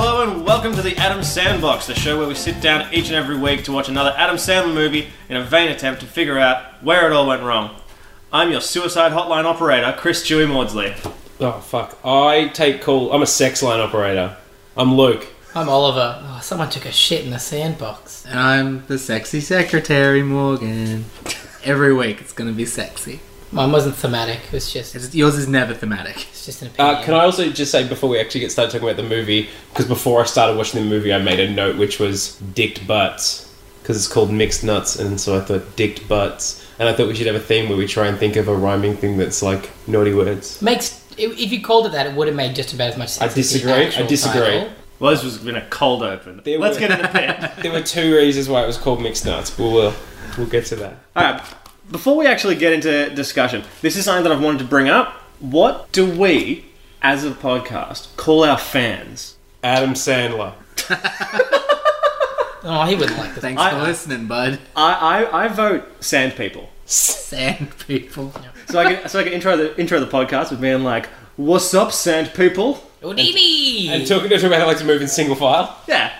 welcome to the Adam Sandbox, the show where we sit down each and every week to watch another Adam Sandler movie in a vain attempt to figure out where it all went wrong. I'm your suicide hotline operator, Chris Chewy Maudsley. Oh fuck! I take call. I'm a sex line operator. I'm Luke. I'm Oliver. Oh, someone took a shit in the sandbox. And I'm the sexy secretary, Morgan. Every week it's gonna be sexy. Mine wasn't thematic. It was just It's, yours is never thematic. it's just an opinion. Uh, can I also just say before we actually get started talking about the movie, because before I started watching the movie, I made a note which was "dicked butts" because it's called mixed nuts, and so I thought "dicked butts," and I thought we should have a theme where we try and think of a rhyming thing that's like naughty words. makes if if you called it that, it would have made just about as much sense. I as the disagree. I actual disagree. title. Well, this has been a cold open. There Let's we- get in the pit. There were two reasons why it was called mixed nuts, but we'll we'll get to that. All right. Before we actually get into discussion, this is something that I've wanted to bring up. What do we, as a podcast, call our fans? Adam Sandler. Oh, he wouldn't like this. Thanks I- for listening, bud. I, I, I vote sand people. Sand people. So I can so I can intro the intro the podcast with being like, "What's up, sand people?" Unini. And talking to about how I like to move in single file. Yeah.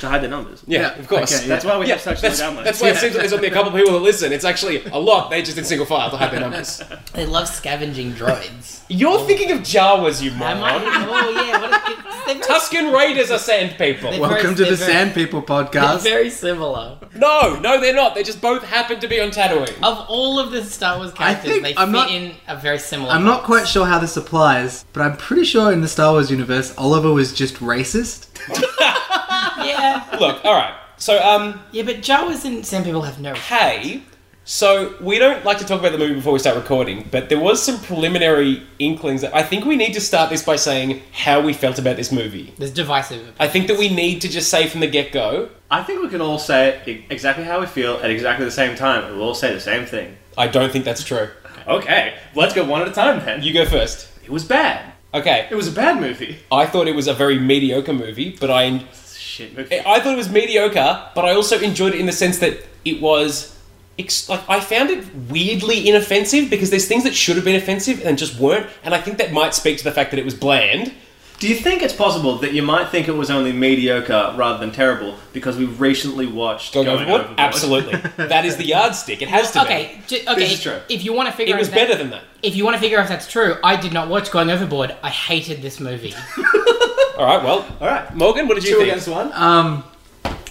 to hide the numbers. Yeah, Yeah, of course. okay, yeah. That's why we Yeah, have such that's, low downloads. that's why it seems like there's only a couple people that listen. It's actually a lot. They're just in single file to hide their numbers. they love scavenging droids. You're thinking of Jawas, you Am I? moron. Oh yeah. What a, they're, very, Tuscan Raiders are sand people. They- Very- Welcome to the they're very- Sand People they're podcast. very similar. No, no, they're not. They just both happen to be on Tatooine. Of all of the Star Wars characters, think they I'm fit not- in a very similar. I'm not box. quite sure how this applies, but I'm pretty sure in the Star Wars universe, Oliver was just racist. Yeah. Look, all right. So, um, Yeah, but Jawas and Sand people have no. hey. So we don't like to talk about the movie before we start recording, but there was some preliminary inklings that I think we need to start this by saying how we felt about this movie. There's divisive. I think that we need to just say from the get-go, I think we can all say e- exactly how we feel at exactly the same time, and we'll all say the same thing. I don't think that's true. Okay, let's go one at a time then. You go first. It was bad. Okay. It was a bad movie. I thought it was a very mediocre movie, but I Shit movie. I thought it was mediocre, but I also enjoyed it in the sense that it was ex- like I found it weirdly inoffensive because there's things that should have been offensive and just weren't, and I think that might speak to the fact that it was bland. Do you think it's possible that you might think it was only mediocre rather than terrible because we recently watched Going, overboard? Absolutely, that is the yardstick. It has to be. Okay, j- okay. This is true. If you want to figure It was out that- better than that. If you want to figure out if that's true, I did not watch Going Overboard. I hated this movie. All right. Well, All right. Morgan, what did you Two think? against one. Um,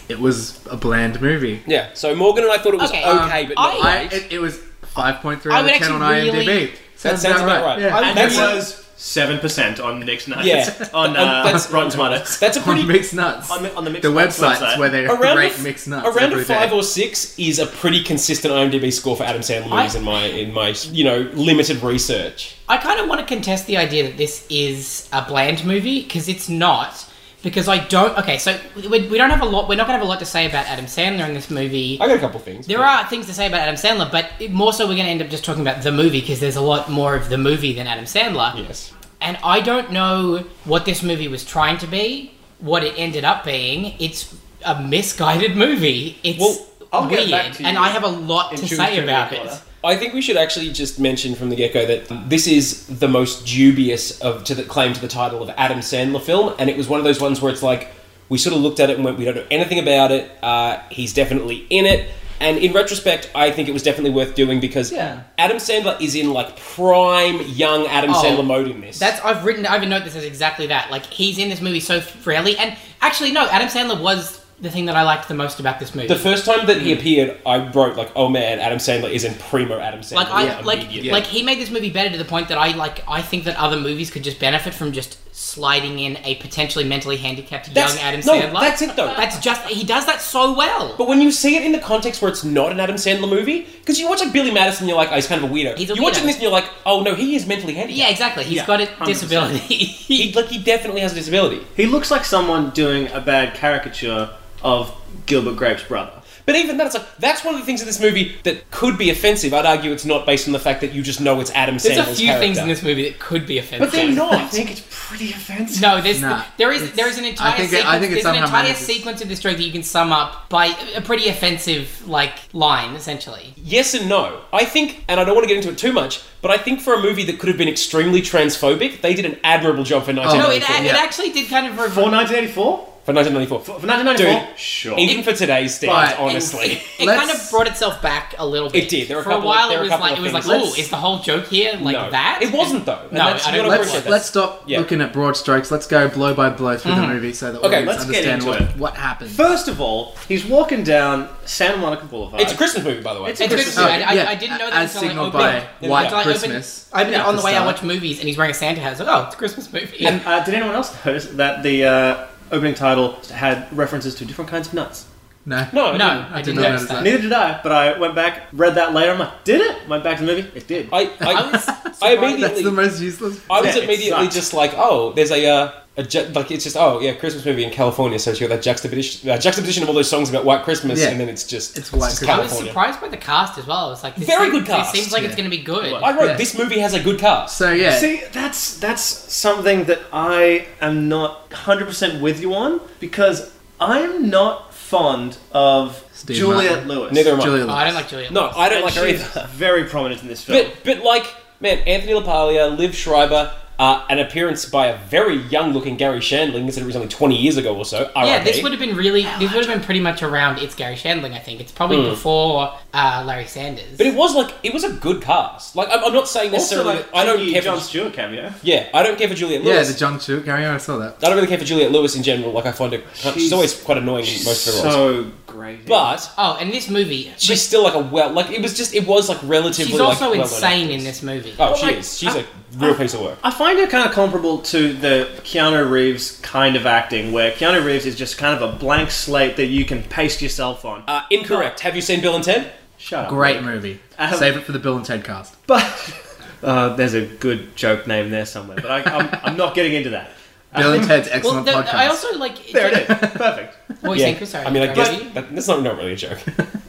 it was a bland movie. Yeah. So Morgan and I thought it was okay, Okay, um, but I- not I, great. it, it was 5.3 I out would of 10 on actually IMDb. really- Sounds, sounds about right. Yeah. And that's- it was seven percent on Nick's Nuts. Yeah. on Um, uh, that's- Rotten Tomatoes. That's a pretty on mixed nuts. On the- on the Mixed the Nuts websites website. where they around a rate f- mixed nuts. around every a five day. or six is a pretty consistent IMDb score for Adam Sandler movies I- in my in my you know limited research. I kind of want to contest the idea that this is a bland movie because it's not. Because I don't. Okay, so we, we don't have a lot. We're not going to have a lot to say about Adam Sandler in this movie. I got a couple things. There but- are things to say about Adam Sandler, but it- more so we're going to end up just talking about the movie because there's a lot more of the movie than Adam Sandler. yes. And I don't know what this movie was trying to be, what it ended up being. It's a misguided movie. It's Well, I'll weird, get back to and you I have a lot in to Tuesday say about Recorder. it. I think we should actually just mention from the get-go that this is the most dubious of to the claim to the title of Adam Sandler film, and it was one of those ones where it's like we sort of looked at it and went, we don't know anything about it. Uh, he's definitely in it, and in retrospect, I think it was definitely worth doing because Yeah. Adam Sandler is in like prime young Adam Oh, Sandler mode in this. That's I've written. I have a note that says exactly that. Like he's in this movie so freely, and actually, no, Adam Sandler was the thing that I liked the most about this movie. The first time that Mm. he appeared, I wrote like, "Oh man, Adam Sandler is in primo Adam Sandler." like I like immediately. like he made this movie better to the point that I like I think that other movies could just benefit from just sliding in a potentially mentally handicapped That's- young Adam no, Sandler. that's it, though. That's just he does that so well. But when you see it in the context where it's not an Adam Sandler movie, because you watch like Billy Madison, you're like, "Oh, he's kind of a weirdo." He's a you're watching weirdo. this, and you're like, "Oh no, he is mentally handicapped." yeah, exactly. He's Yeah, got a 100%. disability. he, like he definitely has a disability. He looks like someone doing a bad caricature of Gilbert Grape's brother. But even that, it's like that's one of the things in this movie that could be offensive. I'd argue it's not based on the fact that you just know it's Adam There's Sandler's a few character. things in this movie that could be but offensive. they're Oh, I not. think it's pretty offensive. No, there's Nah, there is it's- there is an I entire think it- sequence, I think it there's an somehow entire manages- sequence of this joke that you can sum up by a pretty offensive like line essentially. yes and no. I think, and I don't want to get into it too much, but I think for a movie that could have been extremely transphobic, they did an admirable job for Oh. No, it, 1994. a- it yeah. actually did kind of rev- For 1984? for 1994. For 1994? Dude, sure. even for today's standards, But- honestly. It, it Let's- kind of brought itself back a little bit. did. There were a For couple of- a while, there were a it was couple like of it was like, things. oh, Let's- is the whole joke here like No. that? It wasn't, though. And No, that's- I you don't- gotta Let's appreciate that. let's stop Yeah. looking at broad strokes. Let's go blow by blow through Mm-hmm. the movie so that Okay, audience let's get understand into what, it. what happened. First of all, he's walking down Santa Monica Boulevard. It's a Christmas movie, by the way. It's a It's Christmas good. movie. I, I, Oh, Yeah, I didn't know that as until I signaled opened, by White until I opened- Christmas I opened it at on the the way I start. watch movies, and he's wearing a Santa hat. I was like, oh, it's a Christmas movie. And uh, did anyone else notice that the uh, opening title had references to different kinds of nuts? No. no, no, no. I did didn't notice not notice that. that. Neither did I, but I went back, read that later. I'm like, did it? Went back to the movie. It did. I, I was I, I immediately. That's the most useless. I was Yeah, it immediately sucked. just like, oh, there's a, uh, a ju- like it's just oh yeah, Christmas movie in California, so it's got that juxtaposition, uh, juxtaposition of all those songs about white Christmas, Yeah. and then it's just It's White just Christmas. I was California. surprised by the cast as well. I was like, this Very seems- good cast. This seems like Yeah. it's going to be good. It I wrote Yeah. this movie has a good cast. So yeah, See, that's that's something that I am not 100% with you on because I'm not fond of Steve Juliet Martin. Lewis. Neither am I. Julia Oh, I don't like Julia. No, I don't And like her she's either. very prominent in this film. But but like man, Anthony LaPaglia, Liv Schreiber. Uh, an appearance by a very young-looking Gary Shandling, considering it was only 20 years ago or so. Yeah, RIP. this would have been really. This would have been pretty much around. It's Gary Shandling, I think. It's probably before uh, Larry Sanders. Hmm. But it was like it was a good cast. Like I'm, I'm not saying also, necessarily. like, that I don't cheeky care. John For, Stewart cameo. yeah, I don't care for Juliet yeah, Lewis. the John Chu carry on. I saw that. I don't really care for Juliet Lewis in general. Like I find her, she's, She's- always quite annoying in She's most of her roles. so great. But oh, and this movie, she's still like a well, like it was just it was like but relatively. she's like, also well-known insane uh, actress. in this movie. Oh, Well, she like, is. She's I- a real piece of work. I find her kind of comparable to the Keanu Reeves kind of acting, where Keanu Reeves is just kind of a blank slate that you can paste yourself on. Uh, incorrect. Have you seen Bill and Ted? Shut up. Great movie. Um, Save it for the Bill and Ted cast. But uh, there's a good joke name there somewhere, but I, I'm, I'm not getting into that. Um, Bill and Ted's well, excellent the, podcast. I also like. There it is. Perfect. What were you saying, Chris? Sorry, I mean, like sorry. that's, that, that's not not really a joke.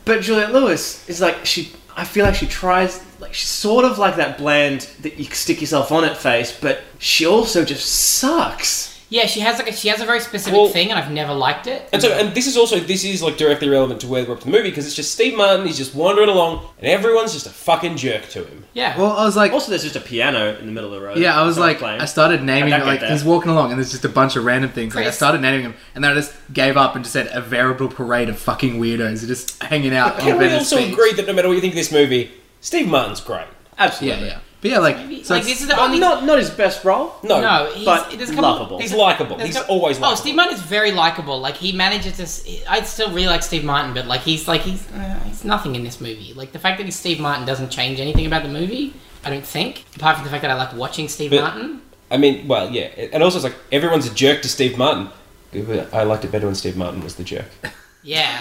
But Juliette Lewis is like she. I feel like she tries. Like she's sort of like that bland that you stick yourself on it face, but she also just sucks. yeah, she has like a, she has a very specific Well- thing, and I've never liked it. And so, and this is also this is like directly relevant to where we're up to the movie because it's just Steve Martin. He's just wandering along, and everyone's just a fucking jerk to him. yeah. well, I was like, Also, there's just a piano in the middle of the road. yeah, I was Someone like, playing. I started naming I don't like get that. he's walking along, and there's just a bunch of random things. Like I Chris. started naming them, and then I just gave up and just said a veritable parade of fucking weirdos who are just hanging out. on Can a we bit of also speech. agree that no matter what you think of this movie, Steve Martin's great? Yeah, absolutely. yeah, but yeah, like, Maybe- so like it's- this is the Not, only. not not his best role. No, no, he's, but there's a couple, lovable. there's he's a- likable. there's He's a- always Oh, likable. Steve Martin is very likable. Like he manages to. s- I still really like Steve Martin, but like he's like he's uh, he's nothing in this movie. Like the fact that he's Steve Martin doesn't change anything about the movie. I don't think, apart from the fact that I like watching Steve But- Martin. I mean, well, yeah, and also it's like everyone's a jerk to Steve Martin. I liked it better when Steve Martin was the jerk. Yeah,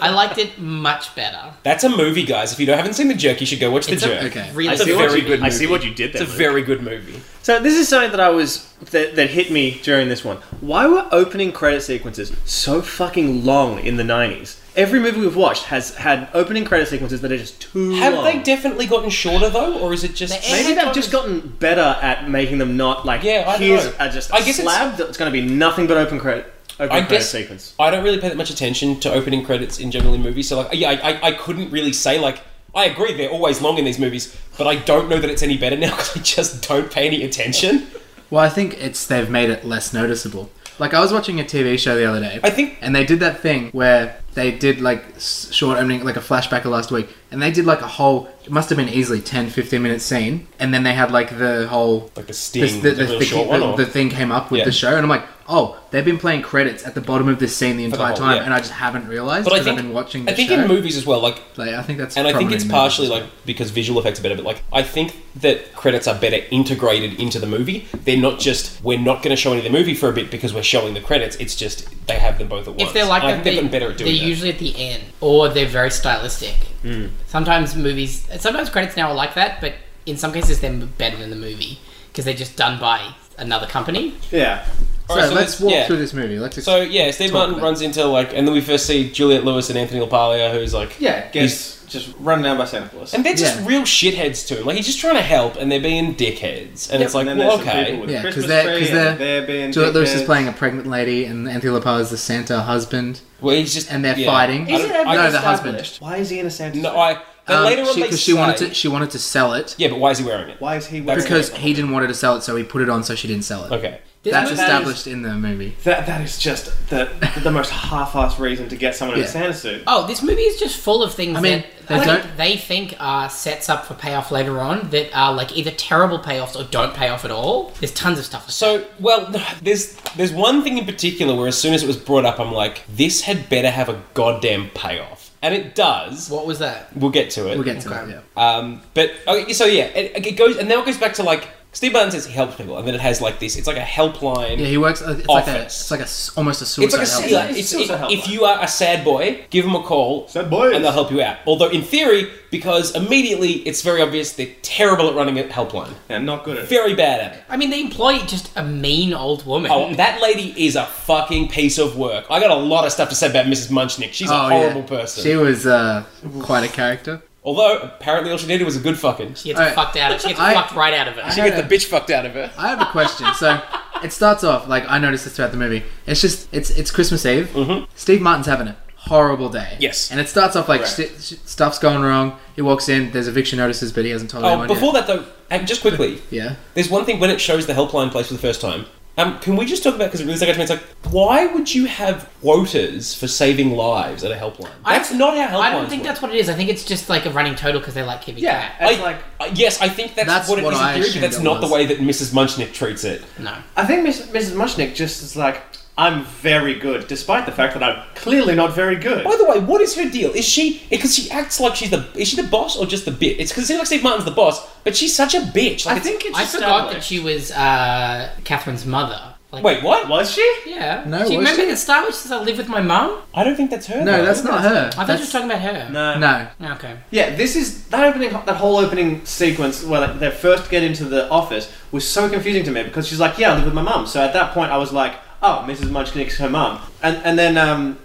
I liked it much better. That's a movie, guys. If you don't, haven't seen The Jerk, you should go watch The It's a Jerk. okay. Really I It's a see what very you, good I see movie. what you did It's there. a Luke. very good movie. So this is something that I was that, that hit me during this one. Why were opening credit sequences so fucking long in the nineties? Every movie we've watched has had opening credit sequences that are just too Have long. they definitely gotten shorter though, or is it just? The Maybe Maybe they've just gotten better at making them not like Yeah, I don't here's know. a, just a I guess it's- slab that's going to be nothing but open credit open I credit guess sequence. I don't really pay that much attention to opening credits in general in movies. So like, yeah, I, I, I couldn't really say like. I agree they're always long in these movies, but I don't know that it's any better now because I just don't pay any attention. Well, I think it's they've made it less noticeable. Like I was watching a TV show the other day. I think- and they did that thing where they did like s- short opening, like a flashback of last week, and they did like a whole. It must have been easily 10, 15 minute scene, and then they had like the whole. Like the sting, This, the, the, the, real thing, short one, the- or the thing came up with Yeah. the show, and I'm like, oh, they've been playing credits at the bottom of this scene the the entire whole- time, yeah. and I just haven't realized but I because think I've been watching. The I think show. in movies as well, like like, I think that's and I think prominent it's in movies. partially like because visual effects are better, but like I think that credits are better integrated into the movie. They're not just we're not going to show any of the movie for a bit because we're showing the credits. It's just they have them both at once. If they're like And I think that, they've they, gotten better at doing they're that. Hmm. usually at the end, or they're very stylistic. Sometimes movies, sometimes credits now are like that, but in some cases they're better than the movie because they're just done by another company. Yeah. Alright, so, let's this- walk yeah. through this movie. Let's ex- So yeah, Steve Talk Martin about it. runs into like, and then we first see Juliet Lewis and Anthony LaPaglia, who's like, yeah, Gets just run down by Santa Claus. and they're just Yeah. real shitheads to him. Like he's just trying to help, and they're being dickheads, and it's like, And then well, there's some people okay, with Yeah, 'cause Christmas they're- tree 'cause and they're- they're being Juliet Lewis is dickheads. playing a pregnant lady, and Anthony LaPelle is the Santa husband, well he's just and they're yeah. fighting. I Is don't- it ever I no, just- the husband. established? Why is he in a Santa? No, suit? I. Then Um, later on, she, they 'cause she wanted say- to she wanted to sell it Yeah, but why is he wearing it? Why is he wearing? That's because he didn't want her to sell it, so he put it on so she didn't sell it. Okay. This That's movie- a- established in the movie. that that is just the the most half-assed reason to get someone in a Yeah. Santa suit. Oh, this movie is just full of things I mean, that they I think don't- they think are sets up for payoff later on that are like either terrible payoffs or don't pay off at all. There's tons of stuff. So, well, there's there's one thing in particular where as soon as it was brought up, I'm like, this had better have a goddamn payoff, and it does. what was that? We'll get to it. We'll get to Okay. it. Yeah. Um, but okay, so yeah, it, it goes and now it goes back to like Steve Martin says he helps people, and then it has like this. It's like a helpline. Yeah, he works. uh, It's like a, Office. it's like a s- almost a suicide. it's like a help. city. like, It's it's, suicide helpline. if you are a sad boy, give him a call, Sad boys. and they'll help you out. Although in theory, because immediately it's very obvious they're terrible at running a helpline, Yeah, not good at it. very bad at it. I mean, they employ just a mean old woman. Oh, that lady is a fucking piece of work. I got a lot of stuff to say about Mrs. Munchnick. She's a Oh, yeah. horrible person. She was uh, quite a character. Although apparently all she needed was a good fucking. she gets Alright. fucked out. Of, she gets I- fucked right out of it. She I got the don't- bitch fucked out of her. I have a question. So it starts off like I noticed this throughout the movie. It's just it's it's Christmas Eve. Mm-hmm. Steve Martin's having a horrible day. Yes. And it starts off like Correct. st- sh- stuff's going wrong. He walks in. There's eviction notices, but he hasn't told Oh, anyone before that though, and just quickly, yet. Yeah. There's one thing when it shows the helpline place for the first time. Um, can we just talk about because it really stuck out to me? It's like, why would you have quotas for saving lives at a helpline? I- That's not how helplines. I don't think work. that's what it is. I think it's just like a running total because they like keeping Yeah, track. it's I- like uh, yes, I think that's, That's what it is what I in theory, but assumed that's it not the was. way that Mrs. Munchnick treats it. No. I think Mrs. Mrs. Mushnick just is like, I'm very good, despite the fact that I'm clearly not very good. By the way, what is her deal? Is she because she acts like she's the is she the boss or just the bitch? It's because it seems like Steve Martin's the boss, but she's such a bitch. Like, I it's- think it's I forgot that established. she was uh, Catherine's mother. Like, Wait, what? was she? Yeah. No, Do you was remember she? the Star Wars says I live with my mum? I don't think that's her. No, though. that's not her. I thought you were talking about her. No. No. Okay. Yeah, this is that opening, that whole opening sequence where like, they first get into the office was so confusing to me because she's like, "Yeah, I live with my mum." So at that point, I was like, "Oh, Mrs. Munchnick's her mum," and and then um,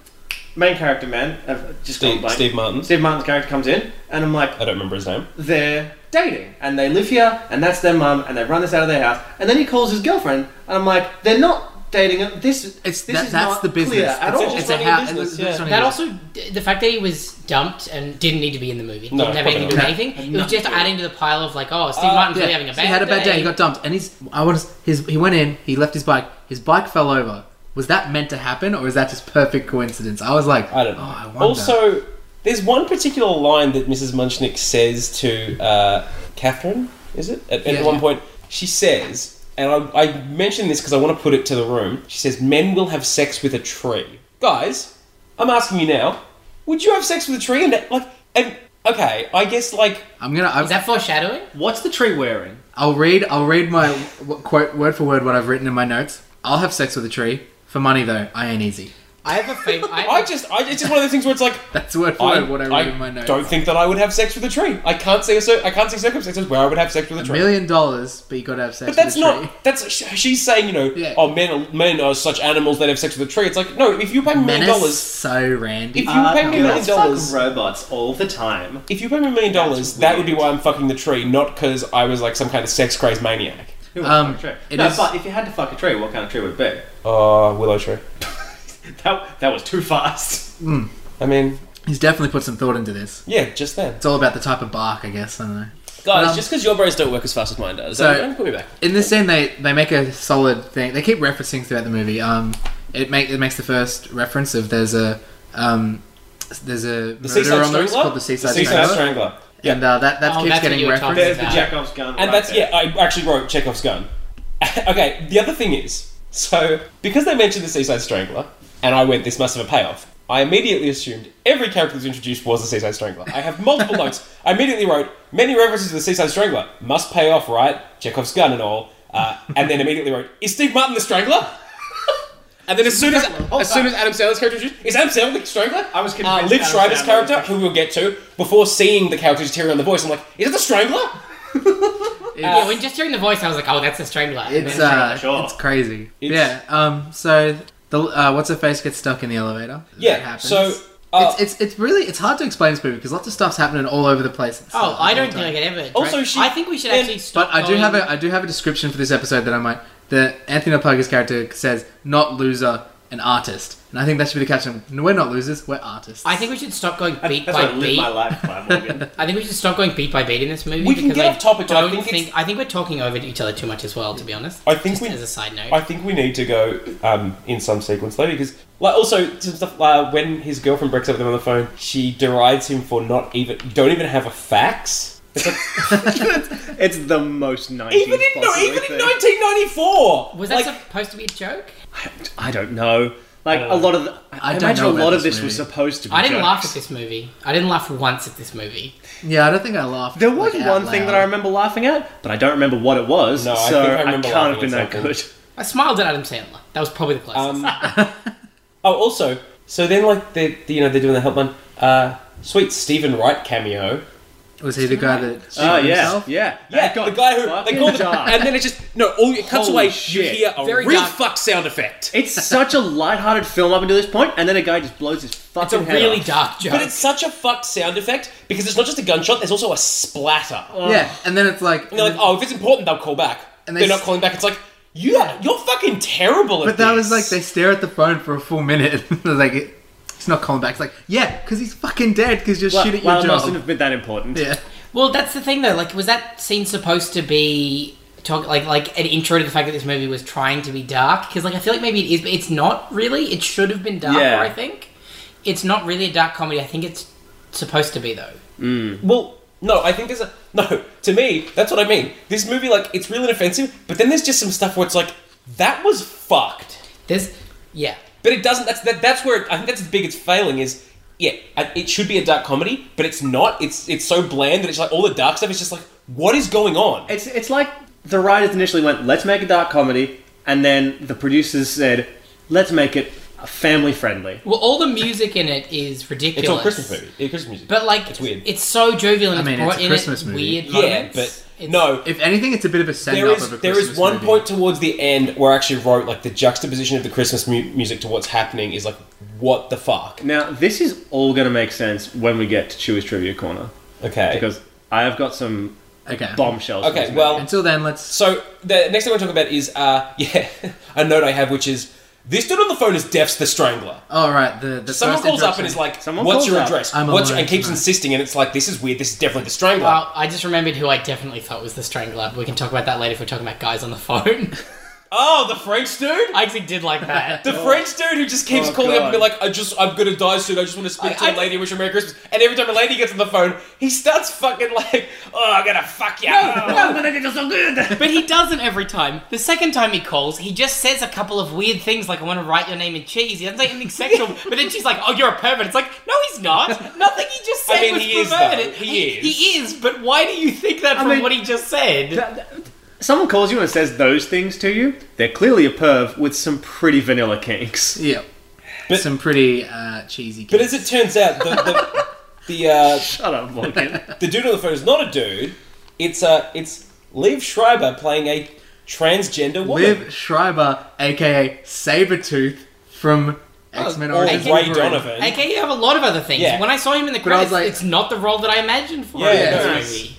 main character man, uh, just gone Steve, blank. Steve Martin's. Steve Martin's character comes in, and I'm like, I don't remember his name. they're dating and they live here and that's their mum and they run this out of their house and then he calls his girlfriend and I'm like they're not dating this It's this that, is that's not the business. clear at it's, all it's Just a running a house. business, it's yeah. running a That business. also, the fact that he was dumped and didn't need to be in the movie, No, didn't have anything to do with probably anything, not. it was just No. adding to the pile of like, oh, Steve Uh, Martin's really Yeah, having a so bad he had a bad day. day. He got dumped, and he's. I want to. His he went in. He left his bike. His bike fell over. Was that meant to happen, or is that just perfect coincidence? I was like, I don't know. Oh, I wonder. also, there's one particular line that Mrs. Munchnick says to uh, Catherine, is it? At, at Yeah. one point, she says, and I, I mentioned this because I want to put it to the room. She says, Men will have sex with a tree. Guys, I'm asking you now, would you have sex with a tree? And, that- like, and okay, I guess, like, I'm gonna. I'm, Is that foreshadowing? what's the tree wearing I'll read. I'll read my w- quote word for word what I've written in my notes. I'll have sex with a tree for money though. I ain't easy. I have a favorite. I just, I, it's just one of those things where it's like, That's word for I, word what I wrote I in my notes. don't think that I would have sex with a tree. I can't see a, cir- I can't see circumstances where I would have sex with a a tree. million dollars, but you got to have sex. But that's with a tree. not. That's sh- she's saying, you know, Yeah. oh men, are, men are such animals that have sex with a tree. It's like no, if you pay me a million Menace, dollars, so randy. If you pay me a million dollars, Uh, robots all the time if you pay me a million That's dollars, that would be weird. why I'm fucking the tree, not because I was like some kind of sex crazed maniac. Who would Um, fuck a tree? it no is- but if you had to fuck a tree what kind of tree would it be Oh, willow tree. that, that was too fast I mean, He's definitely put some thought into this. yeah, just then, It's all about the type of bark, I guess. I don't know. guys. Um, just because your brains don't work as fast as mine does, So- don't put me back. in this scene they, they make a solid thing they keep referencing throughout the movie um it make it makes the first reference of there's a um there's a The murder seaside on the loose strangler. called the seaside, strangler. strangler, Yeah. and uh, that that Oh, keeps that's what getting you were talking referenced there's about. the Jackoff's gun And right that's there. yeah. I actually wrote Chekhov's gun. okay, the other thing is, so because they mentioned the Seaside Strangler, and I went, this must have a payoff. I immediately assumed every character that's introduced was the Seaside Strangler. I have multiple notes. I immediately wrote many references to the Seaside Strangler must pay off, right? Chekhov's gun and all, uh, and then immediately wrote, is Steve Martin the Strangler? And then as soon as as soon as Adam Sandler's character introduced, is Adam Sandler the Strangler? I was uh, convinced Liv Adam Schreiber's Sandler character, was- who we'll get to, before seeing the character deteriorate on the voice, I'm like, is it the Strangler? yeah, when just hearing the voice, I was like, oh, that's Oh, the strangler. And It's then- uh, sure. it's crazy. It's- yeah. Um. So the uh, what's her face gets stuck in the elevator. That yeah. happens. So uh, it's, it's it's really it's hard to explain this movie because lots of stuff's happening all over the place. It's oh, not I all don't the think I time. could ever. Also, she- I think we should and- actually stop. But I do going- have a I do have a description for this episode that I might. The Anthony Alpaga's character says, "Not loser, an artist," and I think that should be the caption. No, we're not losers, we're artists. I think we should stop going beat That's by what I live beat. my life by, Morgan. I think we should stop going beat by beat in this movie. We can because get I off topic, but I Don't think think, it's- I think we're talking over each other too much as well. To be honest, I think Just we- as a side note. I think we need to go um, in some sequence later because, like, also some stuff, uh, when his girlfriend breaks up with him on the phone, she derides him for not even don't even have a fax. It's like, It's the most 90s even in no, possible even in thing. 1994. was that like, supposed to be a joke? I don't know. Like Uh, a lot of, the, I, I don't imagine know a about lot of this this was movie. supposed to be. I didn't laugh at jokes. this movie. I didn't laugh once at this movie. Yeah, I don't think I laughed. There was like, out one thing that I loud. remember laughing at, but I don't remember what it was. No, I so think I I, remember can't have laughing been at that something. good. I smiled at Adam Sandler. That was probably the closest. Um, oh, also, so then like they are you know they're doing the helpline. Uh, sweet Stephen Wright cameo. Was he the guy that? Oh shot yeah, himself? yeah, Yeah, That got the guy who they fucking called the, dark. and then it just no, all it cuts Holy away. You shit. hear a Very real dark. fuck sound effect. It's such a light-hearted film up until this point, and then a guy just blows his it's a fucking head really off. dark joke. But it's such a fuck sound effect because it's not just a gunshot. There's also a splatter. Yeah, and then it's like, And they're like, oh, if it's important, they'll call back. And they they are not s- calling back. It's like, you are, you're fucking terrible at but that was like this. they stare at the phone for a full minute. They're like it, it's not calling back. It's like yeah, because he's fucking dead. Because you're Well, shit at well, your it mustn't job. have been that important. Yeah. well, that's the thing though. Like, was that scene supposed to be talk like like an intro to the fact that this movie was trying to be dark? Because like I feel like maybe it is, but it's not really. It should have been darker. Yeah. I think it's not really a dark comedy. I think it's supposed to be though. Well, no, I think there's a. No, to me, that's what I mean. This movie, like, it's real inoffensive, but then there's just some stuff where it's like, that was fucked. There's yeah. But it doesn't. That's that, That's where. It, I think that's the biggest failing is. Yeah, I- it should be a dark comedy, but it's not. It's it's so bland that it's like all the dark stuff is just like, what is going on? It's it's like the writers initially went, let's make a dark comedy, and then the producers said, let's make it family friendly. Well, all the music in it is It's ridiculous. all Christmas movie, yeah, Christmas music. But like, It's weird. It's so jovial. And I mean, it's, it's brought a in Christmas at movie. Weird yeah, moments. but It's- no, If anything, it's a bit of a send there up is of a there is Christmas one movie. point towards the end where I actually wrote like the juxtaposition of the Christmas mu- music to what's happening is like what the fuck. Now this is all going to make sense when we get to Chewy's trivia corner Okay. because I have got some Okay. bombshells. for this okay. movie. Well, Until then, let's. so the next thing I want to talk about is uh yeah a note I have which is this dude on the phone is Deaf's the Strangler. All right. The, the Someone first calls up and introduction- is like, Someone "What's calls your up. address?" I'm What's your-" alone and keeps tonight. insisting, and it's like, "This is weird. This is definitely the Strangler." Well, I just remembered who I definitely thought was the strangler. We can talk about that later if we're talking about guys on the phone. oh, the French dude. I actually did like that. the French dude who just keeps Oh, calling up and be God. like, "I just, I'm gonna die soon. I just want to speak I- to a I- lady and wish her Merry Christmas." And every time a lady gets on the phone, he starts fucking like, "Oh, I'm gonna fuck you." up." Oh, no, but he doesn't every time. The second time he calls, he just says a couple of weird things like, I want to write your name in cheese. He doesn't say anything sexual. but then she's like, oh, you're a pervert. It's like, no, he's not. Nothing he just I said mean, was he is, though. perverted. He is. He is, but why do you think that from mean- what he just said? That- that- someone calls you and says those things to you. They're clearly a perv with some pretty vanilla kinks. yeah. But- Some pretty uh, cheesy. But as it turns out, the the the, uh, Shut up, Morgan. the dude on the phone is not a dude. It's uh, it's Liv Schreiber playing a transgender woman. Liv Schreiber, aka Sabretooth from X Men Oh, or Origins. Ray Wolverine. Donovan. AKA, you have a lot of other things. Yeah. When I saw him in the I was credits, like- it's not the role that I imagined for Yeah, him. in no, this movie.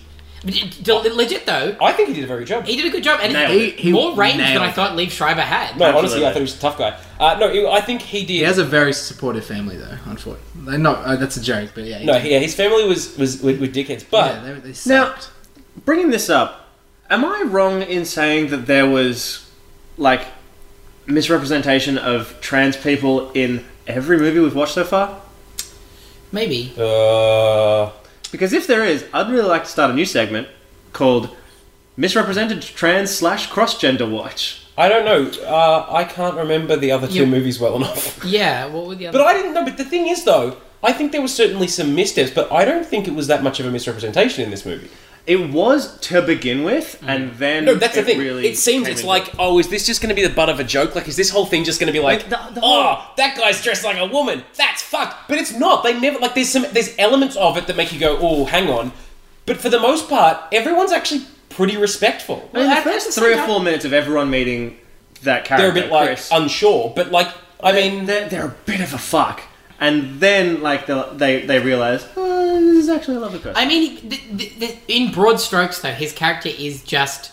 But it- del- Legit though, I think he did a very good job. he did a good job, and Nailed He, he more range than nailed I it. thought Leif Schreiber had. No, honestly, Absolutely. I thought he was a tough guy. Uh, no, he- I think he did. He has a very supportive family, though. Unfortunately, no, uh, that's a joke. But yeah, he no, did- he- yeah, his family was was with, with dickheads, but yeah, they, they Now- sucked. Bringing this up, am I wrong in saying that there was like misrepresentation of trans people in every movie we've watched so far? Maybe. Uh, Because if there is, I'd really like to start a new segment called "Misrepresented Trans Slash Cross Gender Watch." I don't know. Uh, I can't remember the other two You- movies well enough. Yeah. What were the other? But I didn't know. But the thing is, though, I think there was certainly some missteps, but I don't think it was that much of a misrepresentation in this movie. It was to begin with, Mm. and then No, that's the it thing. Really it seems came it's into- like, oh, is this just going to be the butt of a joke? Like, is this whole thing just going to be Like, like, the- the oh, that guy's dressed like a woman? That's fucked. But it's not. They never like. There's some. There's elements of it that make you go, oh, hang on. But for the most part, everyone's actually pretty respectful. I mean, Well, the at- at the first same three or time- four minutes of everyone meeting that They're character, a bit like Chris, uh, unsure, but like I mean, they're, they're a bit of a fuck. And then, like, they'll- they they realize, oh, this is actually a lovely person. I mean, he- th- th- th- in broad strokes, though, his character is just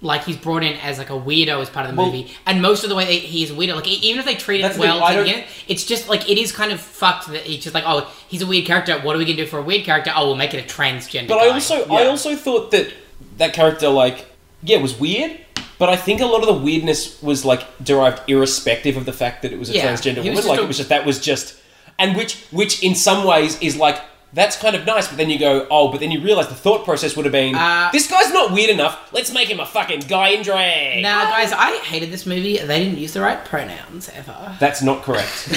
like he's brought in as like a weirdo as part of the Well- movie, and most of the way they, he is a weirdo. Like e- even if they treat That's it the thing, well, I to don't- begin, it's just like it is kind of fucked that it's just like oh he's a weird character. What are we gonna do for a weird character? Oh, we'll make it a transgender. But I guy. also I also thought that that character like yeah was weird, but I think a lot of the weirdness was like derived irrespective of the fact that it was a Yeah, transgender he woman. was just like a- it was just that was just and which which in some ways is like that's kind of nice, but then you go oh, but then you realize the thought process would have been Uh, this guy's not weird enough. Let's make him a fucking guy in drag. now, guys, I hated this movie. They didn't use the right pronouns ever. That's not correct.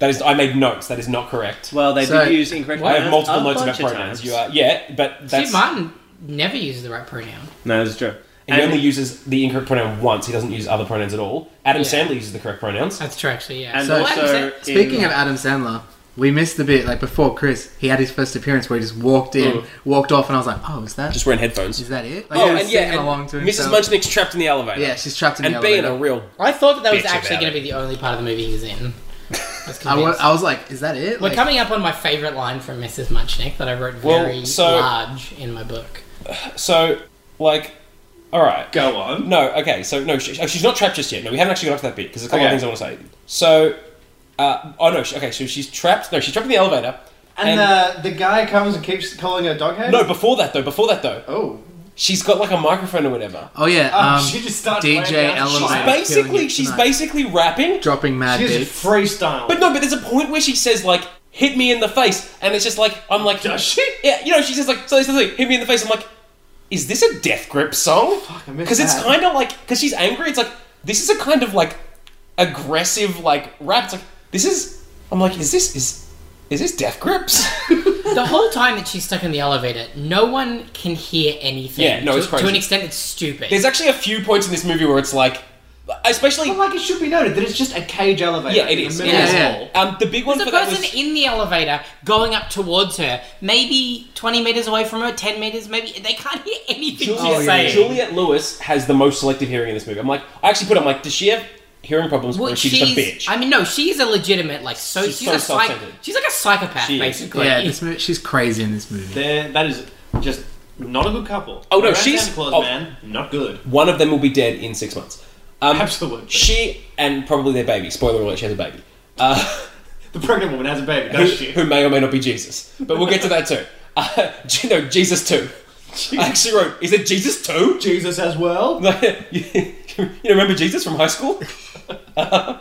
that is I made notes. That is not correct. well, they So- did use incorrect I pronouns. have multiple a notes about bunch of pronouns. times. You are yeah, but that's Steve Martin never uses the right pronoun. No, that's true. And he And- only uses the incorrect pronoun once. He doesn't use other pronouns at all. Adam Yeah. Sandler uses the correct pronouns. That's true, actually. Yeah. And So- also, Speaking in- uh, of Adam Sandler, we missed the bit like before Chris. He had his first appearance where he just walked in, Mm. walked off, and I was like, "Oh, is that is Just wearing headphones. that it?" Like, Oh, he was and yeah, singing and along to Mrs. himself. Munchnick's trapped in the elevator. Yeah, she's trapped in and the being a elevator. real. I thought that that was Bitch actually about going to be the only part of the movie he was in. I was I wa- convinced. I was like, "Is that it?" We're Like, coming up on my favourite line from Mrs. Munchnick that I wrote Well, very so- large in my book. So, like, all right. Go on. No, okay. So no, she, oh, she's not trapped just yet. No, we haven't actually got up to that bit because there's a couple Okay. of things I want to say. So, uh, oh no, she, okay. So she's trapped. No, she's trapped in the elevator. And, uh, the guy comes and keeps calling her doghead? no, before that though. Before that though, Oh. she's got like a microphone or whatever. Oh yeah, Oh, um, she just starts laying DJ down. Ellen She's ba- White Oh, killing Basically, it she's tonight. basically rapping. dropping mad She's beats. freestyle. But no, but there's a point where she says like, "Hit me in the face," and it's just like, I'm like, Does she? Yeah, you know, she says like, so something, "Hit me in the face." I'm like, is this a death grip song? I missed Because it's that. kind of like, because she's angry. It's like this is a kind of like aggressive like rap. It's like this is. I'm like, is this is is this death grips? The whole time that she's stuck in the elevator, no one can hear anything. Yeah, no, to, it's crazy. To an extent, it's stupid. there's actually a few points in this movie where it's like, especially But, like, it should be noted that it's just a cage elevator. yeah, in it the is. It middle of is. the Yeah. hall. Um, the big one There's a for that person was- in the elevator going up towards her, maybe 20 metres away from her, 10 metres, maybe. They can't hear anything she's Juliet, saying. Oh, Juliet Lewis has the most selective hearing in this movie. I'm like, I actually put. I'm like, does she have hearing problems, Well, or is she just a bitch? I mean, no, she's a legitimate, like, so She's she's, so a psych- self-centered. she's like a psychopath, She is. basically. Yeah, this movie, she's crazy in this movie. There, that is just not a good couple. Oh, no, Around she's- Santa Claus, oh. man, not good. One of them will be dead in six months. Um, Absolutely. She and probably their baby. Spoiler alert: she has a baby. Uh, The pregnant woman has a baby, who, does she? who may or may not be Jesus, but we'll get to that too. Uh, Je- no, Jesus too. I actually wrote, is it Jesus too? Jesus as well. you you remember Jesus from high school? Uh,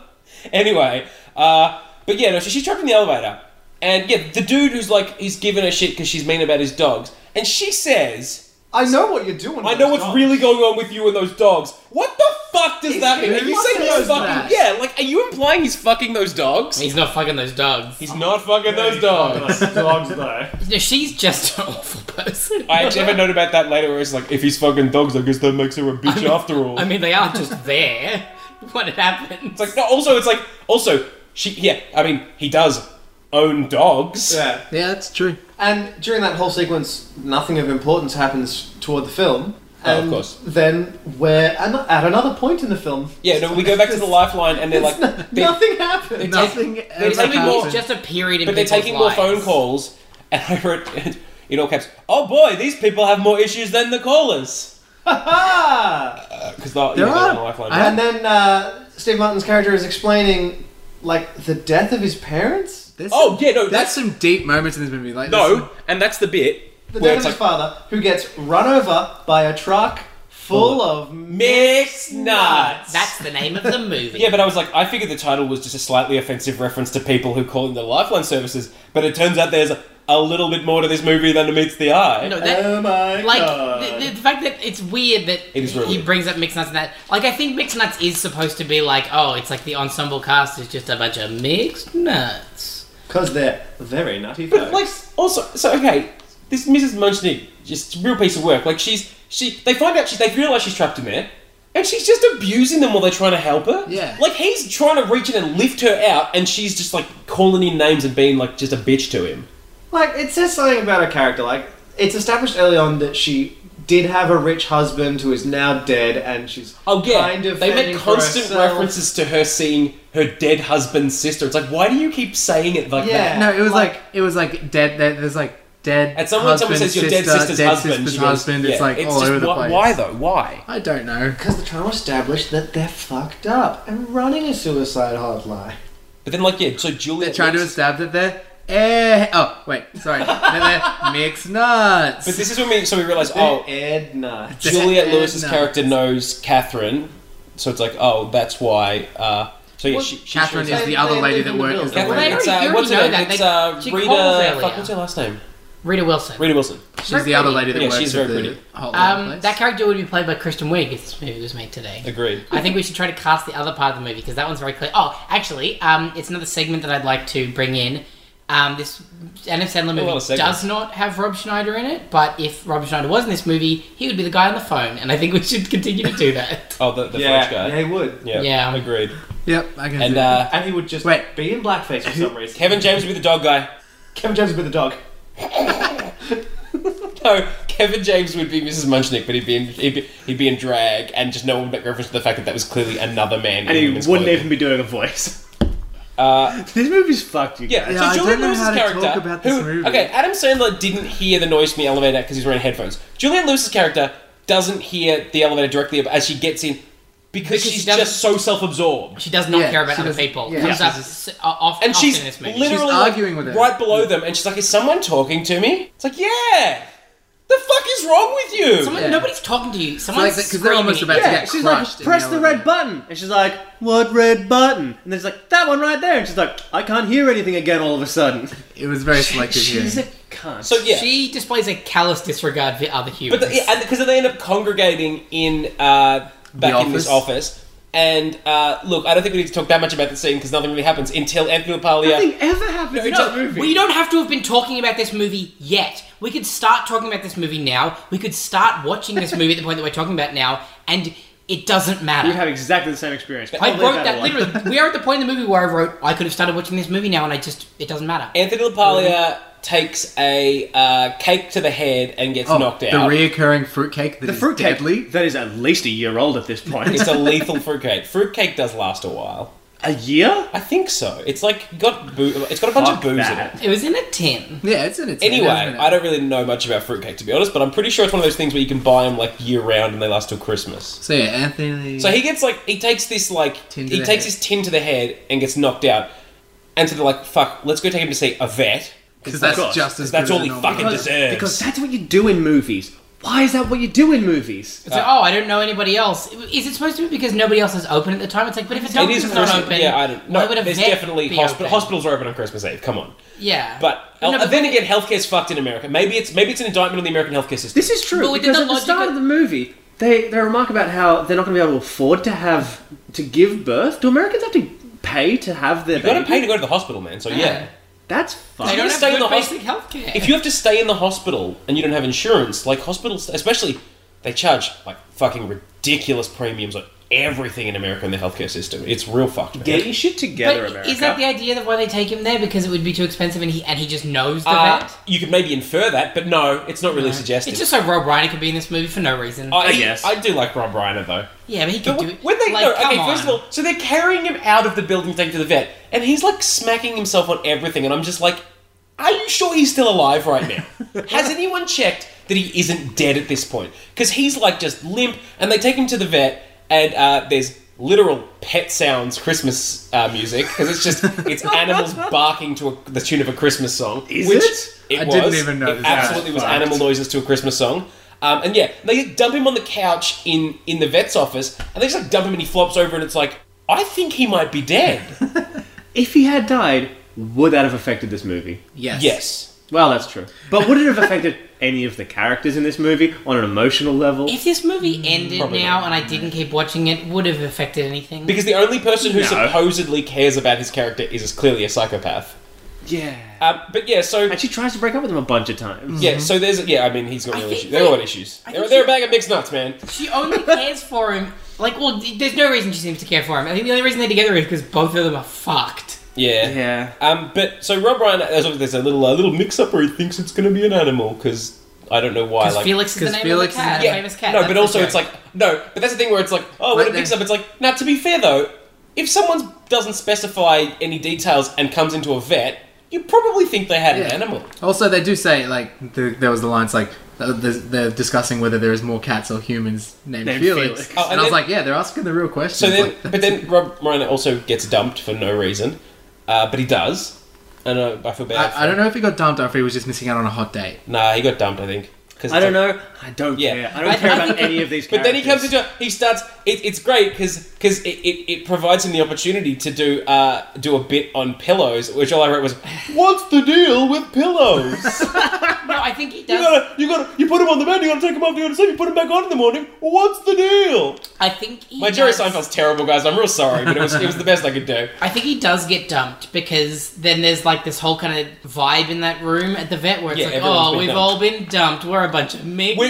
anyway, uh, but yeah, no, so she's trapped in the elevator. And yeah, the dude who's like, he's giving her shit because she's mean about his dogs. And she says, I know what you're doing. I with know those what's dogs. really going on with you and those dogs. What the fuck does that mean? he- Are you what saying does he's fucking. that? Yeah, like, are you implying he's fucking those dogs? He's not fucking those dogs. He's not fucking those dogs. Those dogs, though. No, she's just an awful person. I actually have a note about that later where it's like, if he's fucking dogs, I guess that makes her a bitch after all. I mean, they are just there. What happens? it's like, no, also, it's like, also, she, yeah, I mean, he does own dogs. Yeah. Yeah, that's true. And during that whole sequence, nothing of importance happens toward the film. Oh, of and course. Then we're an- at another point in the film. Yeah, no, we go back to the lifeline and they're like, It's- they- nothing happened. Nothing. They're ever taking happens. more- it's just a period in but they're people's taking more phone lives. calls. And I wrote in all caps, oh boy, these people have more issues than the callers. Ah! Because they're, you There know, they're are. on the lifeline. I- And then uh, Steve Martin's character is explaining, like, the death of his parents? There's Oh, some- yeah, no, that's. That's some deep moments in this movie. Like there's No, and that's the bit. The where death it's of his like, father, who gets run over by a truck full of mixed nuts. That's the name of the movie. Yeah, but I was like, I figured the title was just a slightly offensive reference to people who call in the lifeline services, but it turns out there's a little bit more to this movie than meets the eye. no, that, Oh my like god. the, the, the fact that it's weird that It is very he weird. brings up mixed nuts and that. Like, I think mixed nuts is supposed to be like, oh, it's like the ensemble cast is just a bunch of mixed nuts. Because they're very nutty But folks. like, also, so okay, this Mrs. Munchnick, just real piece of work. Like she's she, they find out she, they realize she's trapped in there, and she's just abusing them while they're trying to help her. Yeah. Like he's trying to reach in and lift her out, and she's just like calling in names and being like just a bitch to him. Like, it says something about her character. Like, it's established early on that she did have a rich husband who is now dead, and she's Oh yeah, kind of they make fending for constant herself. references to her seeing her dead husband's sister. It's like, why do you keep saying it like Yeah. that? No, it was like, it was like dead. There, there's like dead. And someone, someone husband, says your dead sister, sister's dead husband. sister's she goes, husband. It's yeah, like all over the why, place. Why though? Why? I don't know. Because they're trying to establish that they're fucked up and running a suicide hotline. But then, like, yeah. So They're Juliet trying to looks- establish that they're. Eh, oh wait, sorry. They're mixed nuts. But this is when we so we realize, oh, Ed nuts. Juliet Lewis's "Eh, no. character knows Catherine, so it's like, oh, that's why. Uh, so yeah, Well, she, she Catherine shows is up. the They- other they lady live that in the works. hills, at the don't they? wedding. it's already- uh, you what's her already name? know that. It's They- uh, she calls Rita. earlier. Fuck, what's her last name? Rita Wilson. Rita Wilson. She's the other lady that Yeah, works she's at very the pretty. hot um, place. that character would be played by Kristen Wiig if this movie was made today. Agreed. I think we should try to cast the other part of the movie because that one's very clear. Oh, actually, um, it's another segment that I'd like to bring in. Um, this Adam Sandler lot of movie segments. does not have Rob Schneider in it, but if Rob Schneider was in this movie, he would be the guy on the phone, and I think we should continue to do that. Oh, the, the French yeah, guy. yeah, he would. Yeah. Yeah. Agreed. Yep, I can And see that. uh, And he would just Wait. be in blackface for some reason. Kevin James would be the dog guy. Kevin James would be the dog. No, Kevin James would be Mrs. Munchnick, but he'd be in, he'd be, he'd be in drag, and just no one would make reference to the fact that that was clearly another man. and in he women's wouldn't clothing. even be doing a voice. Uh, this movie's fucked, you guys. yeah, Yeah, I so Julian don't know Lewis's how to character. talk about this who, movie. Okay, Adam Sandler didn't hear the noise from the elevator because he's wearing headphones. Julian Lewis's character doesn't hear the elevator directly as she gets in because, Because she she's doesn't- just so self-absorbed. She does not Yeah, care about she other doesn't- people. yeah. Comes Yeah. up s- uh, off, And often she's in this movie. literally She's like, arguing with her. right below them, and she's like, "Is someone talking to me?" It's like, "Yeah." The fuck is wrong with you? Someone, Yeah. Nobody's talking to you. like Someone's that- 'cause screaming. they're almost about to Yeah, get she's crushed. like, press in the elevator. red button. And she's like, what red button? And then she's like, that one right there. And she's like, I can't hear anything again all of a sudden. It was very selective She's here. a cunt. so yeah, She displays a callous disregard for other humans. But the, yeah, and because they end up congregating in uh, back The in this office. office. And uh, look, I don't think we need to talk that much about the scene because nothing really happens until Anthony LaPaglia. Nothing ever happens in No, that movie. we don't have to have been talking about this movie yet. We could start talking about this movie now. We could start watching this movie at the point that we're talking about now, and it doesn't We'd have matter. exactly the same experience. I Probably wrote better that one. literally. We are at the point in the movie where I wrote, I could have started watching this movie now, and I just, it doesn't matter. Anthony LaPaglia takes a uh, cake to the head and gets Oh, knocked The out. reoccurring fruitcake that The is fruit deadly. that is at least a year old at this point. it's a lethal fruitcake. Fruitcake does last a while. a year? I think so. It's like got boo- it's got a bunch Fuck of booze in that. it. It was in a tin. Yeah, it's in its head, Anyway, isn't it? I don't really know much about fruitcake to be honest, but I'm pretty sure it's one of those things where you can buy them like year round and they last till Christmas. So yeah, Anthony. So he gets like he takes this like Tin to he the takes head. his tin to the head and gets knocked out. And so they're like, "Fuck, let's go take him to see a vet." because that's Of course, just as 'cause that's good all as a he normal fucking person. Because, deserves. because that's what you do in movies. Why is that what you do in movies? It's like, Ah. oh, I don't know anybody else. Is it supposed to be because nobody else is open at the time? It's like, but if a It doctor's is not Christmas. open, Yeah, I don't. why No, would a there's vet definitely be hospi- open? hospitals are open on Christmas Eve. Come on, Yeah, but, No, but then we- again, healthcare's fucked in America. Maybe it's maybe it's an indictment on the American healthcare system. This is true But within because the at the logic start of- of the movie, they they remark about how they're not going to be able to afford to have to give birth. Do Americans have to pay to have their You've got to baby? pay to go to the hospital, man. So yeah, Yeah. That's they fucked. don't you have stay in good the basic healthcare. if you have to stay in the hospital and you don't have insurance, like hospitals, especially they charge like fucking ridiculous premiums on everything in America in the healthcare system. It's real fucked. Man. Get your shit together, but America. is that the idea that why they take him there because it would be too expensive and he and he just knows the Uh, vet? you could maybe infer that, but no, it's not really suggested. It's just so Rob Reiner could be in this movie for no reason. I, I guess. I do like Rob Reiner though. yeah, but he could Uh, But do when it. when they like, no, okay, come first of on. all, so they're carrying him out of the building, taking him to the vet, and he's like smacking himself on everything, and I'm just like, are you sure he's still alive right now? Has anyone checked that he isn't dead at this point? Because he's like just limp, and they take him to the vet, and uh, there's literal pet sounds Christmas uh, music because it's just it's animals barking to a, the tune of a Christmas song. Is which it? I was. didn't even know It that. absolutely was That's animal noises to a Christmas song. Um, and yeah, they dump him on the couch in in the vet's office, and they just like dump him, and he flops over, and it's like, I think he might be dead. if he had died, would that have affected this movie? Yes. yes. Well, that's true. But would it have affected any of the characters in this movie on an emotional level? if this movie ended Mm, Probably now not. and I didn't keep watching it, would have affected anything. Because the only person who No. supposedly cares about his character is clearly a psychopath. yeah. Um, but yeah, so And she tries to break up with him a bunch of times. yeah, so there's yeah. I mean, he's got I real think issues. They're all they- got issues. I They're, think they're a she- bag of mixed nuts, man. she only cares for him. Like, well, th- there's no reason she seems to care for him. I think the only reason they're together is because both of them are fucked. Yeah. Um, but so Rob Ryan, there's, there's a little a little mix up where he thinks it's going to be an animal because I don't know why. Because Like Felix is the 'Cause name Felix of the cat, is- a famous cat. No, That's but the also joke. it's like no, but that's the thing where it's like oh, when Like it picks that- up, it's like now. To be fair though, if someone doesn't specify any details and comes into a vet, you probably think they had Yeah. an animal. Also, they do say like the, there was the lines like uh, the- they're discussing whether there is more cats or humans named, Named Felix. Felix. Oh, and, and I was then- like, yeah, they're asking the real questions. So then, like, but then Rob Moreno also gets dumped for no reason, uh, but he does, and uh, I feel bad. I, I don't know if he got dumped or if he was just missing out on a hot date. Nah, he got dumped. I think. 'Cause I it's don't like- know. I don't Yeah. care. I don't I- care I about think- any of these. But then he comes characters. into he starts. It, it's great because because it, it, it provides him the opportunity to do uh, do a bit on pillows, which all I wrote was, "What's the deal with pillows? no, I think he you does. gotta you gotta you put him on the bed, you gotta take him off, you gotta sleep, you put him back on in the morning. What's the deal?" I think he My Jerry does- Seinfeld's terrible, guys. I'm real sorry, but it was it was the best I could do. I think he does get dumped because then there's like this whole kind of vibe in that room at the vet where it's Yeah, like, everyone's oh, been we've dumped. all been dumped. We're a bunch of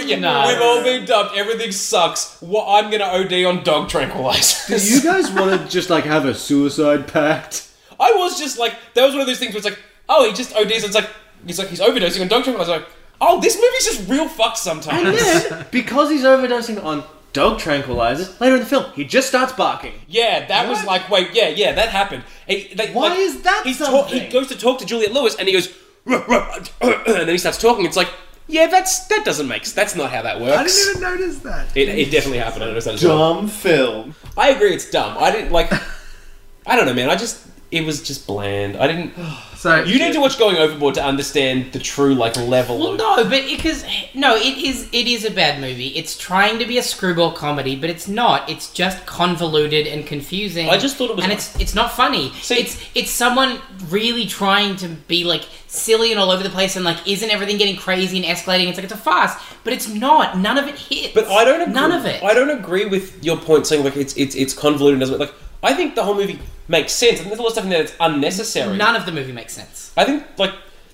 We, yeah, mignots. We've all been dumped. Everything sucks. What I'm gonna OD on dog tranquilizers. Do you guys want to just like have a suicide pact? I was just like, that was one of those things where it's like, oh, he just ODs. It's like he's like he's overdosing on dog chocolate. I was like, oh, this movie's just real fuck sometimes. And then, because he's overdosing on dog tranquilizers, later in the film he just starts barking. Yeah, that was What? like, wait, yeah, yeah, that happened. He, they, Why like, is that He's talk, he something? goes to talk to Juliet Lewis, and he goes, "Ruh, ruh," and then he starts talking. It's like, yeah, that's that doesn't make. s- That's not how that works. I didn't even notice that. It, it definitely happened. I noticed that as well. Dumb film. I agree, it's dumb. I didn't like. I don't know, man. I just it was just bland. I didn't. So You need to watch Going Overboard to understand the true like level. Well, of, no, but because no, it is it is a bad movie. It's trying to be a screwball comedy, but it's not. It's just convoluted and confusing. I just thought it was- and it's it's not funny. See- it's it's someone really trying to be like silly and all over the place, and like isn't everything getting crazy and escalating? It's like it's a farce, but it's not. None of it hits. But I don't agree. None of it. I don't agree with your point saying like it's it's it's convoluted and doesn't like I think the whole movie makes sense and there's a lot of stuff in there that's unnecessary. None of the movie makes sense. I think like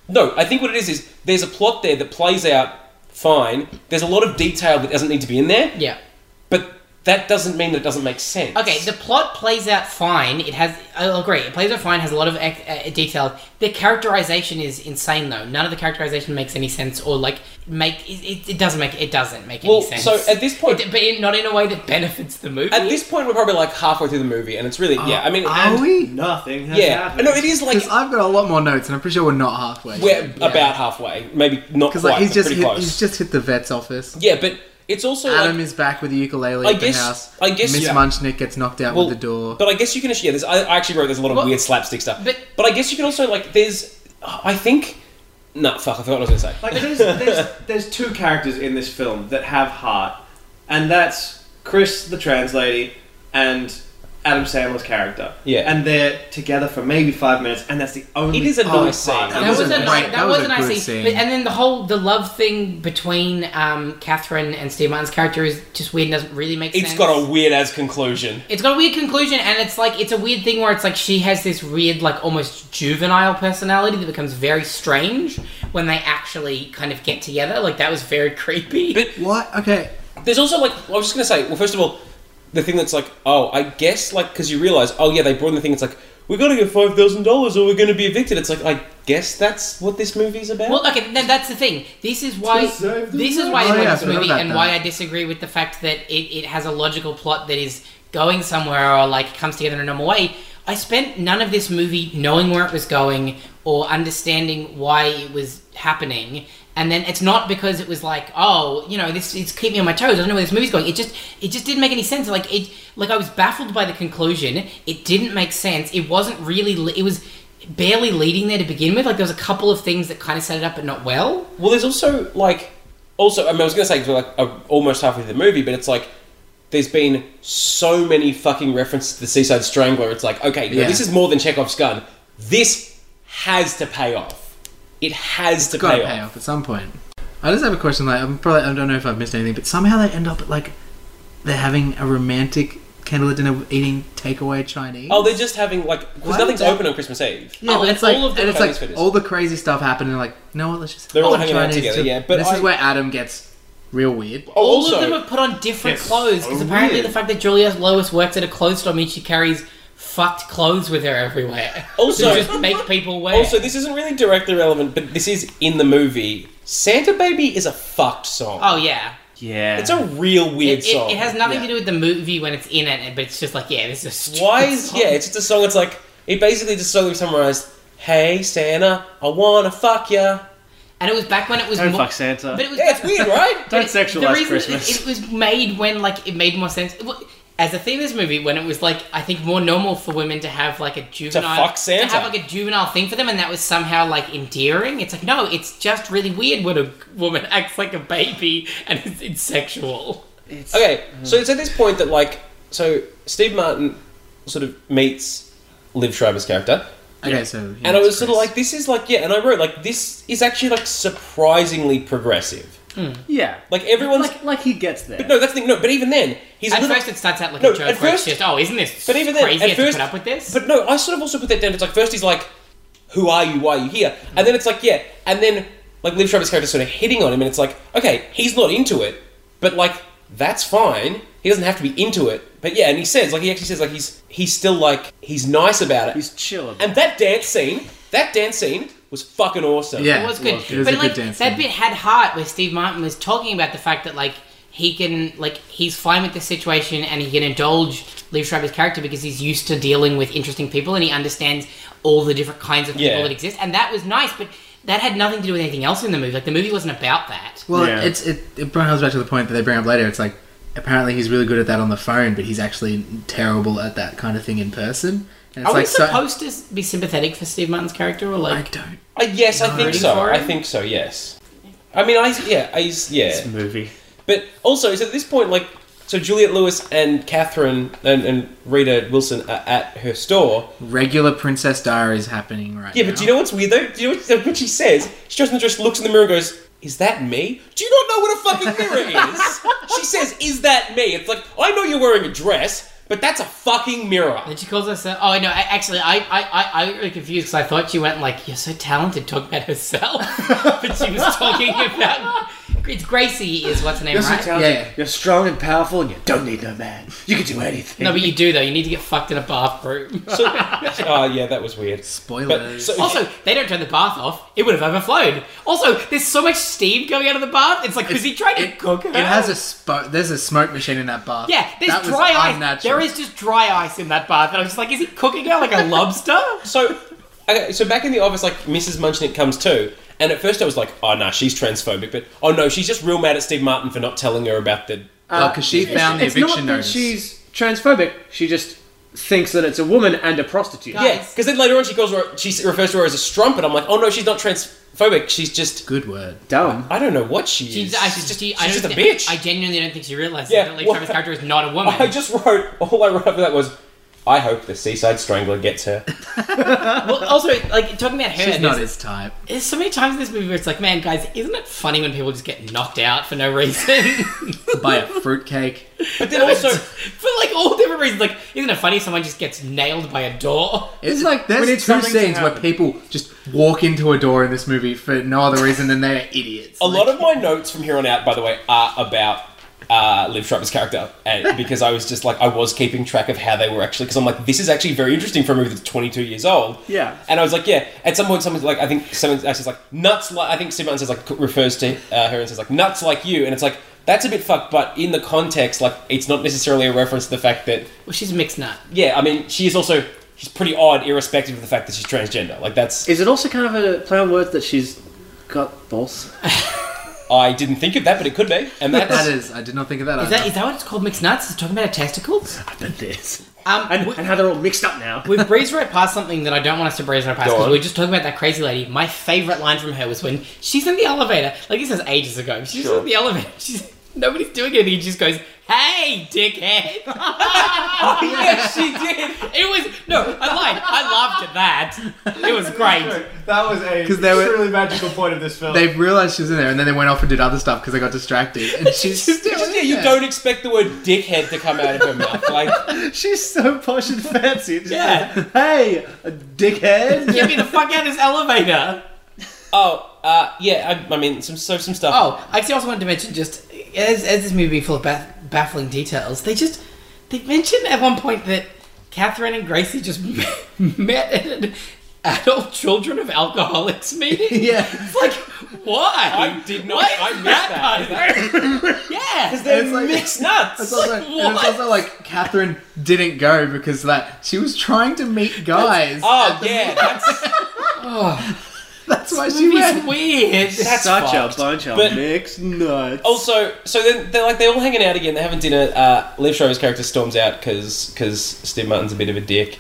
no, I think what it is is there's a plot there that plays out fine. There's a lot of detail that doesn't need to be in there, Yeah. but that doesn't mean that it doesn't make sense. Okay, the plot plays out fine. It has, I'll agree, it plays out fine, has a lot of ec- uh, detail. The characterization is insane, though. None of the characterization makes any sense, or like make it, it, it doesn't make it doesn't make well, any sense. so at this point, It- but in, not in a way that benefits the movie. at this point we're probably like halfway through the movie and it's really Oh, yeah. I mean, are and- we? Nothing has Yeah, happened. no, it is like Because I've got a lot more notes, and I'm pretty sure we're not halfway. we're about halfway, maybe not quite, because like he's but just pretty hit, close. he's just hit the vet's office. yeah, but it's also like, Adam is back with the ukulele I at the guess- house. I guess- Miss yeah. Munchnick gets knocked out Well, with the door. But I guess you can. Yeah, there's, I I actually wrote there's a lot of Well, weird slapstick stuff. but- I guess you can also like there's. I think. No, fuck. I forgot what I was going to say. Like there's, there's there's two characters in this film that have heart, and that's Chris the trans lady and Adam Sandler's character. Yeah. and they're together for maybe five minutes, and that's the only. It is a part nice scene. part. That that was, a wasn't nice, great. that, That was was, a a nice good scene. scene. But- and then the whole the love thing between um, Catherine and Steve Martin's character is just weird. and Doesn't really make sense. It's got a weird as conclusion. It's got a weird conclusion, and it's like it's a weird thing where it's like she has this weird, like almost juvenile personality that becomes very strange when they actually kind of get together. Like that was very creepy. But- what? Okay. There's also like I was just going to say. Well, first of all, the thing that's like oh I guess like because you realize oh yeah they brought in the thing. It's like we got to get five thousand dollars or we're going to be evicted. It's like I guess that's what this movie's about. well, okay, then that's the thing. This is why. To save the This is world. why I Oh, like yeah, I this forgot movie, about and that. why I disagree with the fact that it, it has a logical plot that is going somewhere or like comes together in a normal way. I spent none of this movie knowing where it was going or understanding why it was happening. And then it's not because it was like, oh, you know, this it's keeping me on my toes. I don't know where this movie's going. It just it just didn't make any sense. Like it like I was baffled by the conclusion. It didn't make sense. It wasn't really le- it was barely leading there to begin with. Like there was a couple of things that kind of set it up but not well. Well, there's also like, also I, mean, I was gonna say 'cause we're like uh, almost halfway through the movie, but it's like there's been so many fucking references to the Seaside Strangler. It's like okay, no, Yeah. this is more than Chekhov's gun. This has to pay off. It has to Gotta pay, pay off. off at some point. I just have a question. Like, I'm probably I don't know if I've missed anything, but somehow they end up at like they're having a romantic candlelit dinner, eating takeaway Chinese. Oh, they're just having like because Why nothing's did they- open on Christmas Eve. Yeah, Oh, but and it's like, all of the and it's photos for like this. all the crazy stuff happened. And they're like, no, let's just They're all have hanging out Chinese together, too. yeah, but this I- is where Adam gets real weird. All also, Oh, of them are put on different Yes. clothes because So apparently weird. the fact that Julia Lewis works at a clothes store means she carries fucked clothes with her everywhere. Also- to just make people wear. Also, this isn't really directly relevant, but this is in the movie. Santa Baby is a fucked song. oh yeah. Yeah. It's a real weird It, it- song. it has nothing Yeah. to do with the movie when it's in it, but it's just like, yeah, this is a stupid Why is song. yeah? It's just a song. It's like it basically just slowly summarized. Hey Santa, I wanna fuck ya. And it was back when it was Don't mo- fuck Santa. But it was Yeah, it's back- weird, right? Don't But it- the sexualize reason Christmas. It, it was made when like it made more sense. Well, As a theme of this movie, when it was like I think more normal for women to have like a juvenile fuck Santa. have like a juvenile thing for them, and that was somehow like endearing. It's like no, it's just really weird when a woman acts like a baby and it's, it's sexual. It's- Okay, so it's at this point that like so Steve Martin sort of meets Liv Schreiber's character, Okay, so yeah, and I it's was sort of Chris. like, this is like yeah, and I wrote like this is actually like surprisingly progressive. Yeah. Like everyone's Like, like he gets there. no, that's the thing. No, but even then he's a At little. first, it starts out like No, a joke. at where it's first- just oh, isn't this But even then, crazy? at I have to first- put up with this. But no, I sort of also put that down. It's like first he's like, "Who are you? Why are you here?" And then it's like, "Yeah," and then like Liv Schreiber's character sort of hitting on him, and it's like, "Okay, he's not into it, but like that's fine. He doesn't have to be into it." But yeah, and he says like he actually says like he's he's still like he's nice about it. He's chill. about and that dance scene, that dance scene was fucking awesome. Yeah. it was good. It was but a like good dance that scene. bit had heart where Steve Martin was talking about the fact that like he can like he's fine with this situation and he can indulge Liv Schreiber's character because he's used to dealing with interesting people and he understands all the different kinds of people Yeah. that exist and that was nice, but that had nothing to do with anything else in the movie. Like the movie wasn't about that. Well, Yeah. it's it, it brings back to the point that they bring up later. It's like apparently he's really good at that on the phone, but he's actually terrible at that kind of thing in person. And it's Are we like so- supposed to be sympathetic for Steve Martin's character or I like don't. Uh, yes, I think Rooting so. for I him? think so. Yes. I mean, I yeah, I yeah. This movie. But also, so at this point, like, so Juliet Lewis and Catherine and, and Rita Wilson are at her store. Regular Princess Diaries happening right Yeah, now. but do you know what's weird though? Do you know what, what she says? She just just looks in the mirror and goes, "Is that me? Do you not know what a fucking mirror is?" she says, "Is that me?" It's like I know you're wearing a dress, but that's a fucking mirror. And she calls herself. Oh no! I, actually, I I I, I got really confused because I thought she went like, "You're so talented," talking about herself, but she was talking about it's Gracie is what's her name, You're so right? talented, Yeah. You're strong and powerful, and you don't need no man. You can do anything. no, but you do though. You need to get fucked in a bathroom. So, oh yeah, that was weird. But Spoilers. so, Also, they don't turn the bath off. It would have overflowed. Also, there's so much steam coming out of the bath. It's like, was he trying to it, cook her? it has a spo- there's a smoke machine in that bath. yeah. There's That was dry ice. unnatural. There is just dry ice in that bath, and I was just like, is he cooking her like a lobster? So, okay, so back in the office, like Mrs. Munchnick comes too, and at first I was like, "Oh no, she's transphobic," but oh no, she's just real mad at Steve Martin for not telling her about the. Oh, 'cause she found the it's not eviction that notice. she's transphobic. She just thinks that it's a woman and a prostitute. Yeah. Yeah, because then later on she calls her, she refers to her as a strumpet. I'm like, "Oh no, she's not transphobic. She's just Good word. Dumb. I don't know what she She's, is. I, she's just she, I she's just a don't thi- bitch." I genuinely don't think she realizes Yeah, that Lee well- Travis' character is not a woman. I, just wrote all I wrote after that was, "I hope the seaside strangler gets her." well, also, like talking about her, She's there's, not his type. there's so many times in this movie where it's like, man, guys, isn't it funny when people just get knocked out for no reason? Buy a fruitcake. But then also, for like all different reasons. Like, isn't it funny someone just gets nailed by a door? It's like there's we need two something to scenes where happen. people just walk into a door in this movie for no other reason than they're idiots. a lot of my notes from here on out, by the way, are about uh, Liv Schreiber's character, and because I was just like I was keeping track of how they were actually, because I'm like, this is actually very interesting for a movie that's 22 years old. Yeah. And I was like, yeah. At some point, someone's like, I think someone's actually like nuts. Like I think Simon says like refers to uh, her and says like nuts like you, and it's like that's a bit fucked, but in the context, like it's not necessarily a reference to the fact that Well, she's a mixed nut. yeah, I mean, she is also she's pretty odd, irrespective of the fact that she's transgender. Like that's Is it also kind of a play on words that she's got balls? I didn't think of that, but it could be, and that's. that is. I did not think of that. Is that is that what it's called? Mixed nuts? Is it talking about her testicles? I bet this. Um, And, we- and how they're all mixed up now. we breezed right past something that I don't want us to breeze right past Go because on. we were just talking about that crazy lady. My favorite line from her was when she's in the elevator. Like this is ages ago. She's Sure. in the elevator. She's nobody's doing anything. She just goes, "Hey, dickhead." oh yes, she did. It was no, I lied. I laughed at that. It was great. That was a 'Cause they were- truly magical point of this film. They realized she was in there, and then they went off and did other stuff because they got distracted. And she's still It's just, yeah, in you there. don't expect the word dickhead to come out of her mouth. Like, She's so posh and fancy. It just Yeah. says, hey, a dickhead. Get me the fuck out of this elevator. oh, uh, yeah, I, I mean, some so some stuff. Oh, I actually also wanted to mention just as, as this movie full of baff- baffling details, they just they mentioned at one point that Catherine and Gracie just met at an adult children of alcoholics meeting. Yeah. It's like, why? I did not- Why is I missed that. part Is of it? yeah. They're It's like- mixed nuts. It's also, Like, and it's what? also like Catherine didn't go because that she was trying to meet guys. oh yeah, that's That's why she Movie's went. weird. that's Such fucked. a bunch of But- Oh. mixed nuts. Also, so then they're like they're all hanging out again. They're having dinner. Uh, Liv Schreiber's character storms out because Steve Martin's a bit of a dick,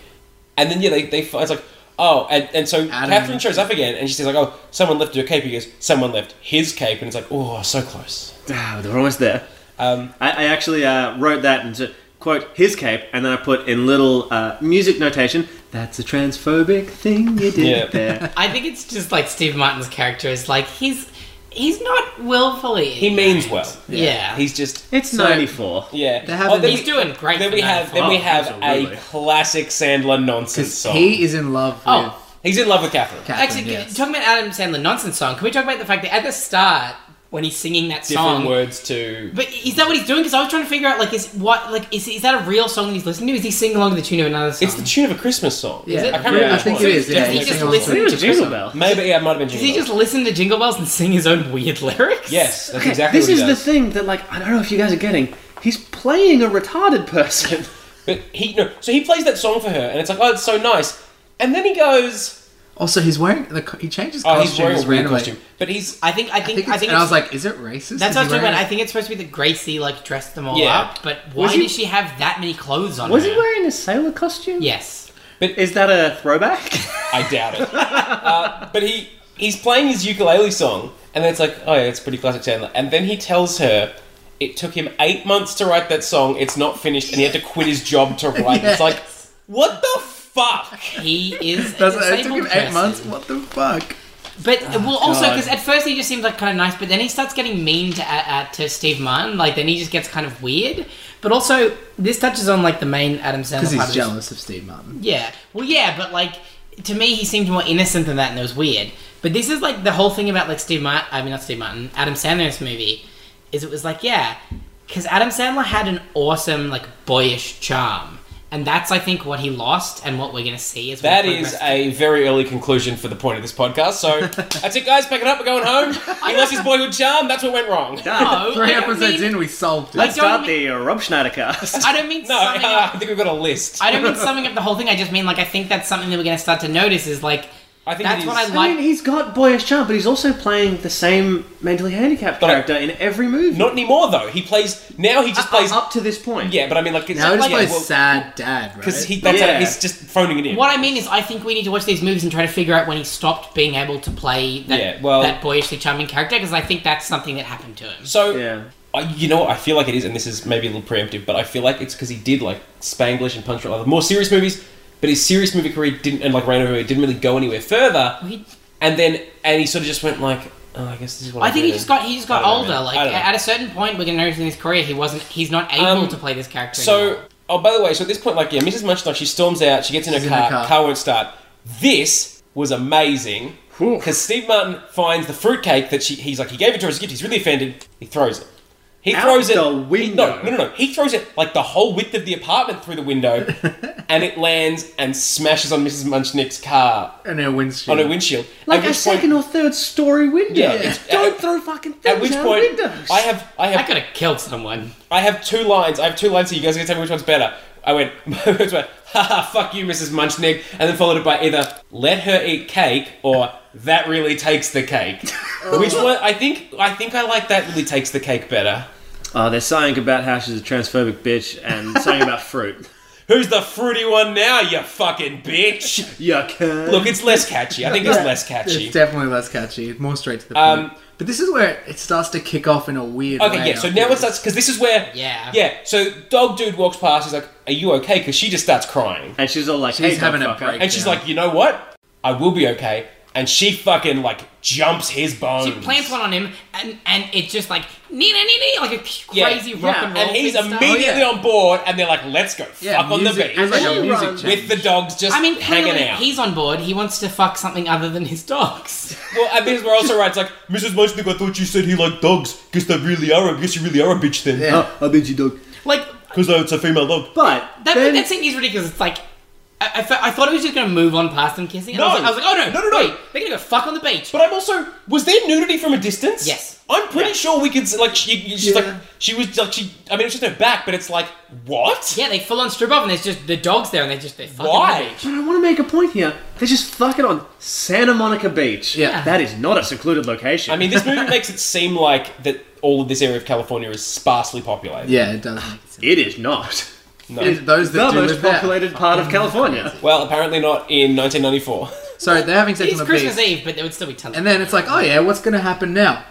and then yeah, they they fi- it's like oh, and, and so Catherine shows up again, and she says like oh, someone left your cape. He goes, someone left his cape, and it's like oh, so close. Ah, they're almost there. Um, I, I actually uh, wrote that and said, quote his cape, and then I put in little uh, music notation. That's a transphobic thing you did Yeah. there. I think it's just like Steve Martin's character is like he's he's not willfully. he means well. yeah. He's just It's Ninety four. yeah. Oh, They're having- then He's doing great. Then we for have then Nightfall. we have absolutely. a classic Sandler nonsense because song. he is in love with Oh. He's in love with Catherine. Catherine. Actually, yes. talking about Adam Sandler nonsense song, can we talk about the fact that at the start when he's singing that Different song, words to but is that what he's doing? Because I was trying to figure out like is what like is is that a real song that he's listening to? Is he singing along to the tune of another song? It's the tune of a Christmas song. Yeah, it? I can't remember. I which think one. it is. Does Yeah, he he's just singing along listen to It it. was Jingle Bell. Maybe yeah, it might have been. Does Jingle he just Bells. listen to Jingle Bells and sing his own weird lyrics? Yes, that's exactly. This what is he the does. thing that, like, I don't know if you guys are getting. He's playing a retarded person. But he no, so he plays that song for her, and it's like, oh, it's so nice. And then he goes, Also, he's wearing the co- he changes oh, costumes he's wearing a weird randomly. costume, but he's I think I I think think, it's- and I it's- was like, is it racist? that's what I was Is he talking about. I wearing- think it's supposed to be that Gracie like dressed them all Yeah. up, but why Was he- did she have that many clothes on? Was her? he wearing a sailor costume? Yes. Is that a throwback? I doubt it. uh, but he he's playing his ukulele song, and then it's like, oh yeah, it's pretty classic Sandler. And then he tells her it took him eight months to write that song. It's not finished, and he had to quit his job to write. it. It's like, what the fuck? He is. a That's what- it took disabled him eight person. months. What the fuck? But Ah, well, also God. because at first he just seems like kind of nice, but then he starts getting mean to uh, uh, to Steve Martin. Like then he just gets kind of weird. But also this touches on like the main Adam Sandler part Because of he's this- jealous of Steve Martin. Yeah. Well, yeah, but like to me, he seemed more innocent than that, and it was weird. But this is like the whole thing about like Steve Martin. I mean, not Steve Martin. Adam Sandler's movie is it was like yeah, because Adam Sandler had an awesome like boyish charm, and that's I think what he lost, and what we're gonna see is That is a very early conclusion for the point of this podcast. So that's it, guys. Pack it up. We're going home. He lost his boyhood charm. That's what went wrong. Nah, Three episodes in, we solved it. Like- Let's don't start mean- the uh, Rob Schneider cast. I don't mean No, uh, summing up I think we've got a list. I don't mean summing up the whole thing. I just mean like I think that's something that we're going to start to notice is like I think that's it what is- I I like. mean, he's got boyish charm, but he's also playing the same mentally handicapped But I- character in every movie. Not anymore though. He plays now. He just plays. up to this point. Yeah, but I mean, like it's now not it's like my well, sad dad, right? 'cause he that's Yeah. how- he's just phoning it in. What I mean is I think we need to watch these movies and try to figure out when he stopped being able to play that, Yeah, well- that boyishly charming character because I think that's something that happened to him. So Yeah. I, you know, what? I feel like it is, and this is maybe a little preemptive, but I feel like it's because he did like Spanglish and Punch Drunk, other more serious movies. But his serious movie career didn't, and like Rain Over Me, didn't really go anywhere further. He- And then, and he sort of just went like, oh, I guess this is what I think do he just got he just got I don't know, older. man. Like I don't know. at a certain point, we're going to notice in his career he wasn't he's not able Um, to play this character. anymore. So, oh, by the way, so at this point, like, yeah, Mrs. Munchknock, she storms out, she gets in her, She's in car, her car. car, won't start. This was amazing Whew. because Steve Martin finds the fruitcake that she, he's like, he gave it to her as a gift. He's really offended. He throws it. He Out throws it. the he- no, window. no, no, no. He throws it like the whole width of the apartment through the window, and it lands and smashes on Mrs. Munchnick's car and her windshield. on her windshield. Like At a which point- second or third story window. Yeah, it's- Don't throw fucking things At which out point, of windows. I have, I have I could have killed someone. I have two lines. I have two lines, so you guys can tell me which one's better. I went, which one? haha, fuck you, Mrs. Munchnig, and then followed it by either let her eat cake or that really takes the cake. which one? I think I think I like that really takes the cake better. Oh, they're saying about how she's a transphobic bitch and saying about fruit. Who's the fruity one now, you fucking bitch? Yeah, can. Look, it's less catchy. I think it's less It's catchy. definitely less catchy. More straight to the point. Um, but this is where it starts to kick off in a weird way. Okay, yeah. So now it afterwards. starts because this is where Yeah. yeah. So dog dude walks past. He's like, "Are you okay?" Because she just starts crying. and she's all like, She's hey, having a motherfucker. break. And she's Yeah. like, you know what? I will be okay. And she fucking like jumps his bones. She plants one on him, and and it's just like nina nina like a Yeah, crazy rock yeah, and roll. And he's thing style. immediately on board, and they're like, let's go Oh, yeah, fuck on the music- beach. It was like All a music around. change. with the dogs just I mean, hanging clearly out. he's on board. He wants to fuck something other than his dogs. Well, and this is where also right, it's like, Mrs. Munchnik, I thought you said he liked dogs. Guess they really are. I guess you really are a bitch then. Yeah. Oh, I bet you dog. Like Because it's a female dog. But that, then, that scene is ridiculous. It's like I, I, fe- I thought it was just gonna move on past them kissing. And I, No. was like, I was like, oh no, No, no, no. wait, they're gonna go fuck on the beach. But I'm also was there nudity from a distance? Yes. I'm pretty sure we could s- like she, she's Yeah. like she was like she. I mean, it was just her back, but it's like what? yeah, they full on strip off, and there's just the dogs there, and they're just they're fucking on Why? the beach. But I want to make a point here. They're just fucking on Santa Monica Beach. Yeah. That is not a secluded location. I mean, this movie makes it seem like that all of this area of California is sparsely populated. Yeah, it does. make sense. it is not. No. It is those that The do most live there. populated part of California. Well, apparently not in 1994. Sorry, they're having sex It's on the beach. Christmas Eve, but there would still be tons. of And then it's like, oh yeah, what's gonna happen now?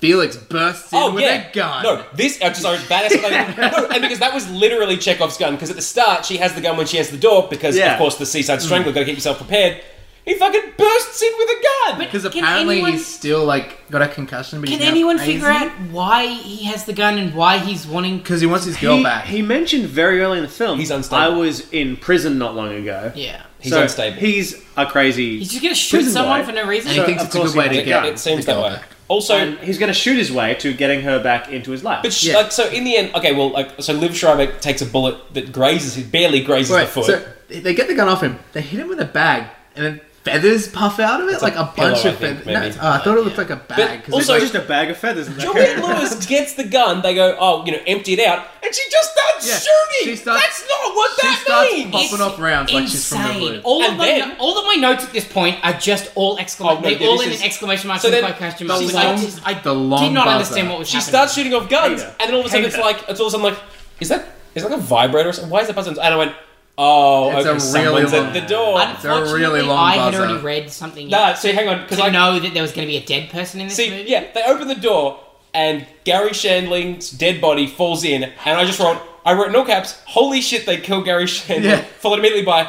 Felix bursts in with a gun. Oh, No, this. I'm sorry, that is what I no, and because that was literally Chekhov's gun. Because at the start, she has the gun when she has the door. Because Yeah. of course, the Mm. seaside strangler. Got to keep yourself prepared. He fucking bursts in with a gun. Because Can apparently anyone- he's still like got a concussion. But Can anyone figure out why he has the gun and why he's wanting? Because he wants his girl he, back. he mentioned very early in the film. He's unstable. I was in prison not long ago. Yeah, He's So unstable. He's a crazy. he's just gonna shoot Prison someone boy. for no and reason. he So, thinks of it's a course good way he to wants get it seems the that girl way. back. Also, and he's going to shoot his way to getting her back into his life. But sh Yeah. like so, in the end, okay, well, like so, Liv Schreiber takes a bullet that grazes, it barely grazes Wait, the foot. so they get the gun off him. They hit him with a bag, and then feathers puff out of it, like like a pillow, bunch I of think, feathers. maybe. No, it's- oh, I thought it looked like a bag. 'cause it's also- like- just a bag of feathers. in there. Juliet Lewis gets the gun. They go, oh, you know, empty it out, and she just starts Yeah, shooting. she starts- That's not what she that starts means. popping off rounds like she's from the Insane. blue. All of And my then- no- all of my notes at this point are just all Oh, exclamation. no, they yeah, all this in is- an exclamation mark. So So then- by question the mark. She's like, long- I, just, I the long did not buzzer. understand what was she happening. starts shooting off guns, Hater. and then all of a sudden it's Hater. like it's all of a sudden like, is that is that like a vibrator? Or something? Why is that buzzing? And I went, oh, It's okay, a really someone's long- at the door. It's a Unfortunately, really long I had buzzer. already read something. Nah, so hang on, because to I know that there was going to be a dead person in this See, movie. yeah, they open the door and Gary Shandling's dead body falls in, and I just wrote, I wrote in all caps, "Holy shit, they killed Gary Shandling." Yeah. Followed immediately by,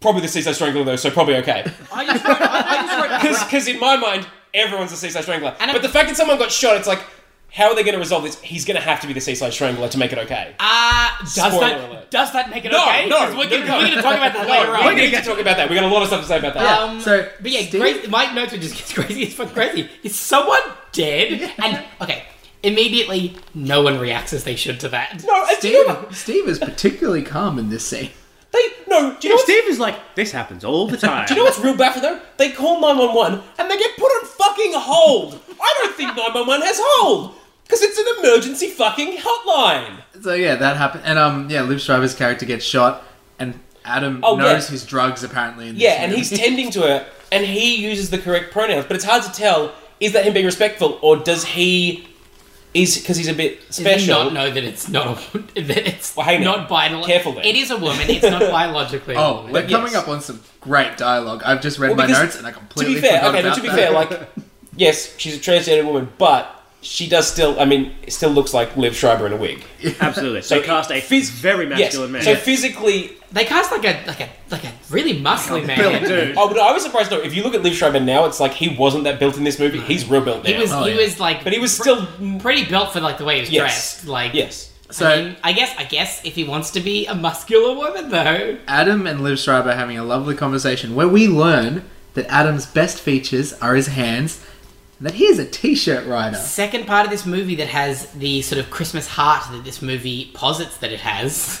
"Probably the Seaside Strangler though, so probably okay." I just wrote, I, I just wrote Because in my mind, everyone's the Seaside Strangler. And but I- the fact that someone got shot, it's like, how are they going to resolve this? He's going to have to be the Seaside Strangler to make it okay. Ah, does Spoiler that alert. does that make it No, okay? no, 'Cause we're gonna, no. we're gonna talk about that later We're on. going to talk about that. We got a lot of stuff to say about that. Yeah, Um, so, but yeah, Steve- crazy, my notes are just crazy. It's fucking crazy. Is someone dead? And okay, immediately no one reacts as they should to that. No, and do you know what? Steve, Steve is particularly calm in this scene. They no. Do you know what's Steve is like, this happens all the time. Do you know what's real baffling though? They call 911 and they get put on fucking hold. I don't think 911 has hold because it's an emergency fucking hotline. So yeah, that happened, and um, yeah, Liv Schreiber's character gets shot, and Adam Oh, knows yeah. his drugs apparently. In this Yeah, and movie. he's tending to her and he uses the correct pronouns, but it's hard to tell is that him being respectful or does he is because he's a bit Does he special. not know that it's not a, that it's Well, hang on. not biological. Careful there. It is a woman. It's not biologically. a Oh, woman. we're But coming yes. up on some great dialogue. I've just read Well, my because- notes and I to completely be fair, forgot okay, but about to be that. fair, like yes, she's a transgender woman, but she does still. I mean, it still looks like Liv Schreiber in a wig. Absolutely. So it- cast a phys- very Yes. masculine So man. physically, they cast like a like a like a really muscly built man. dude. Oh, but I was surprised though. If you look at Liv Schreiber now, it's like he wasn't that built in this movie. He's real built now. He was Oh, he yeah. was like, but he was pre- still pretty built for like the way he was Yes. dressed. Like yes. So- So I, mean, I guess I guess if he wants to be a muscular woman though, Adam and Liv Schreiber are having a lovely conversation where we learn that Adam's best features are his hands, and that he is a t-shirt rider. second part of this movie that has the sort of Christmas heart that this movie posits that it has.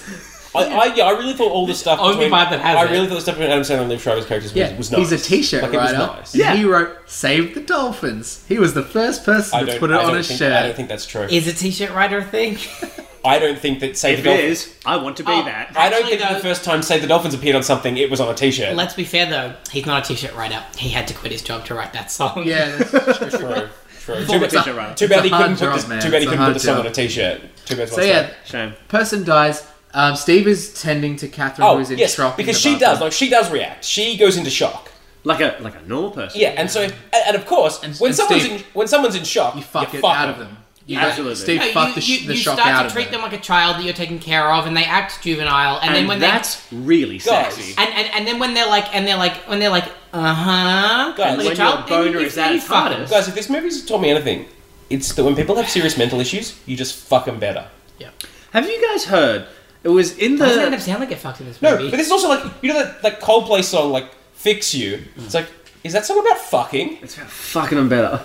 I, I, yeah, I really thought all the stuff. Only between, part that has I it. really thought the stuff between Adam Sandler and Liv Schreiber's characters was, Yeah, was nice. he's a t-shirt like, rider. It was nice. and Yeah. he wrote "Save the Dolphins." He was the first person I to don't, put it I don't on his think, shirt. I don't think that's true. Is a t-shirt rider a thing? I don't think that Save if the it Dolphins. is, I want to be Oh. that. I don't Actually, think that the though- first time Save the Dolphins appeared on something, it was on a T-shirt. Let's be fair though, he's not a t-shirt writer. He had to quit his job to write that song. yeah, that's true. true. True. Former Too bad, t-shirt rider. too bad It's he a hard couldn't put job, this. man. Too bad It's he a couldn't hard put the song job. on a T-shirt. Too bad. So yeah, Shame. person dies. Um, Steve is tending to Catherine, Oh who's in yes, shock in because the she does. bathroom. Like she does react. She goes into shock. Like a like a normal person. Yeah, and so and, and of course, And- when and someone's Steve- in when someone's in shock, you fuck it out of them. You Absolutely. Steve No, fucked you, the, sh- you- the you shock start out to of treat them. them like a child that you're taking care of, and they act juvenile. And, And, then when they that's really Guys, sexy. and, and and then when they're like and they're like when they're like uh huh, Guys, like when a child, your then you- boner you- is at you its fuck 'em. hardest. Guys, if this movie's taught me anything, it's that when people have serious mental issues, you just fuck them better. Yeah. Have you guys heard? It was in Why does Adam the. Sandler get fucked in this No, movie? but this is also like you know that that Coldplay Mm. song like "Fix You." It's like is that song about fucking? It's about fucking them better.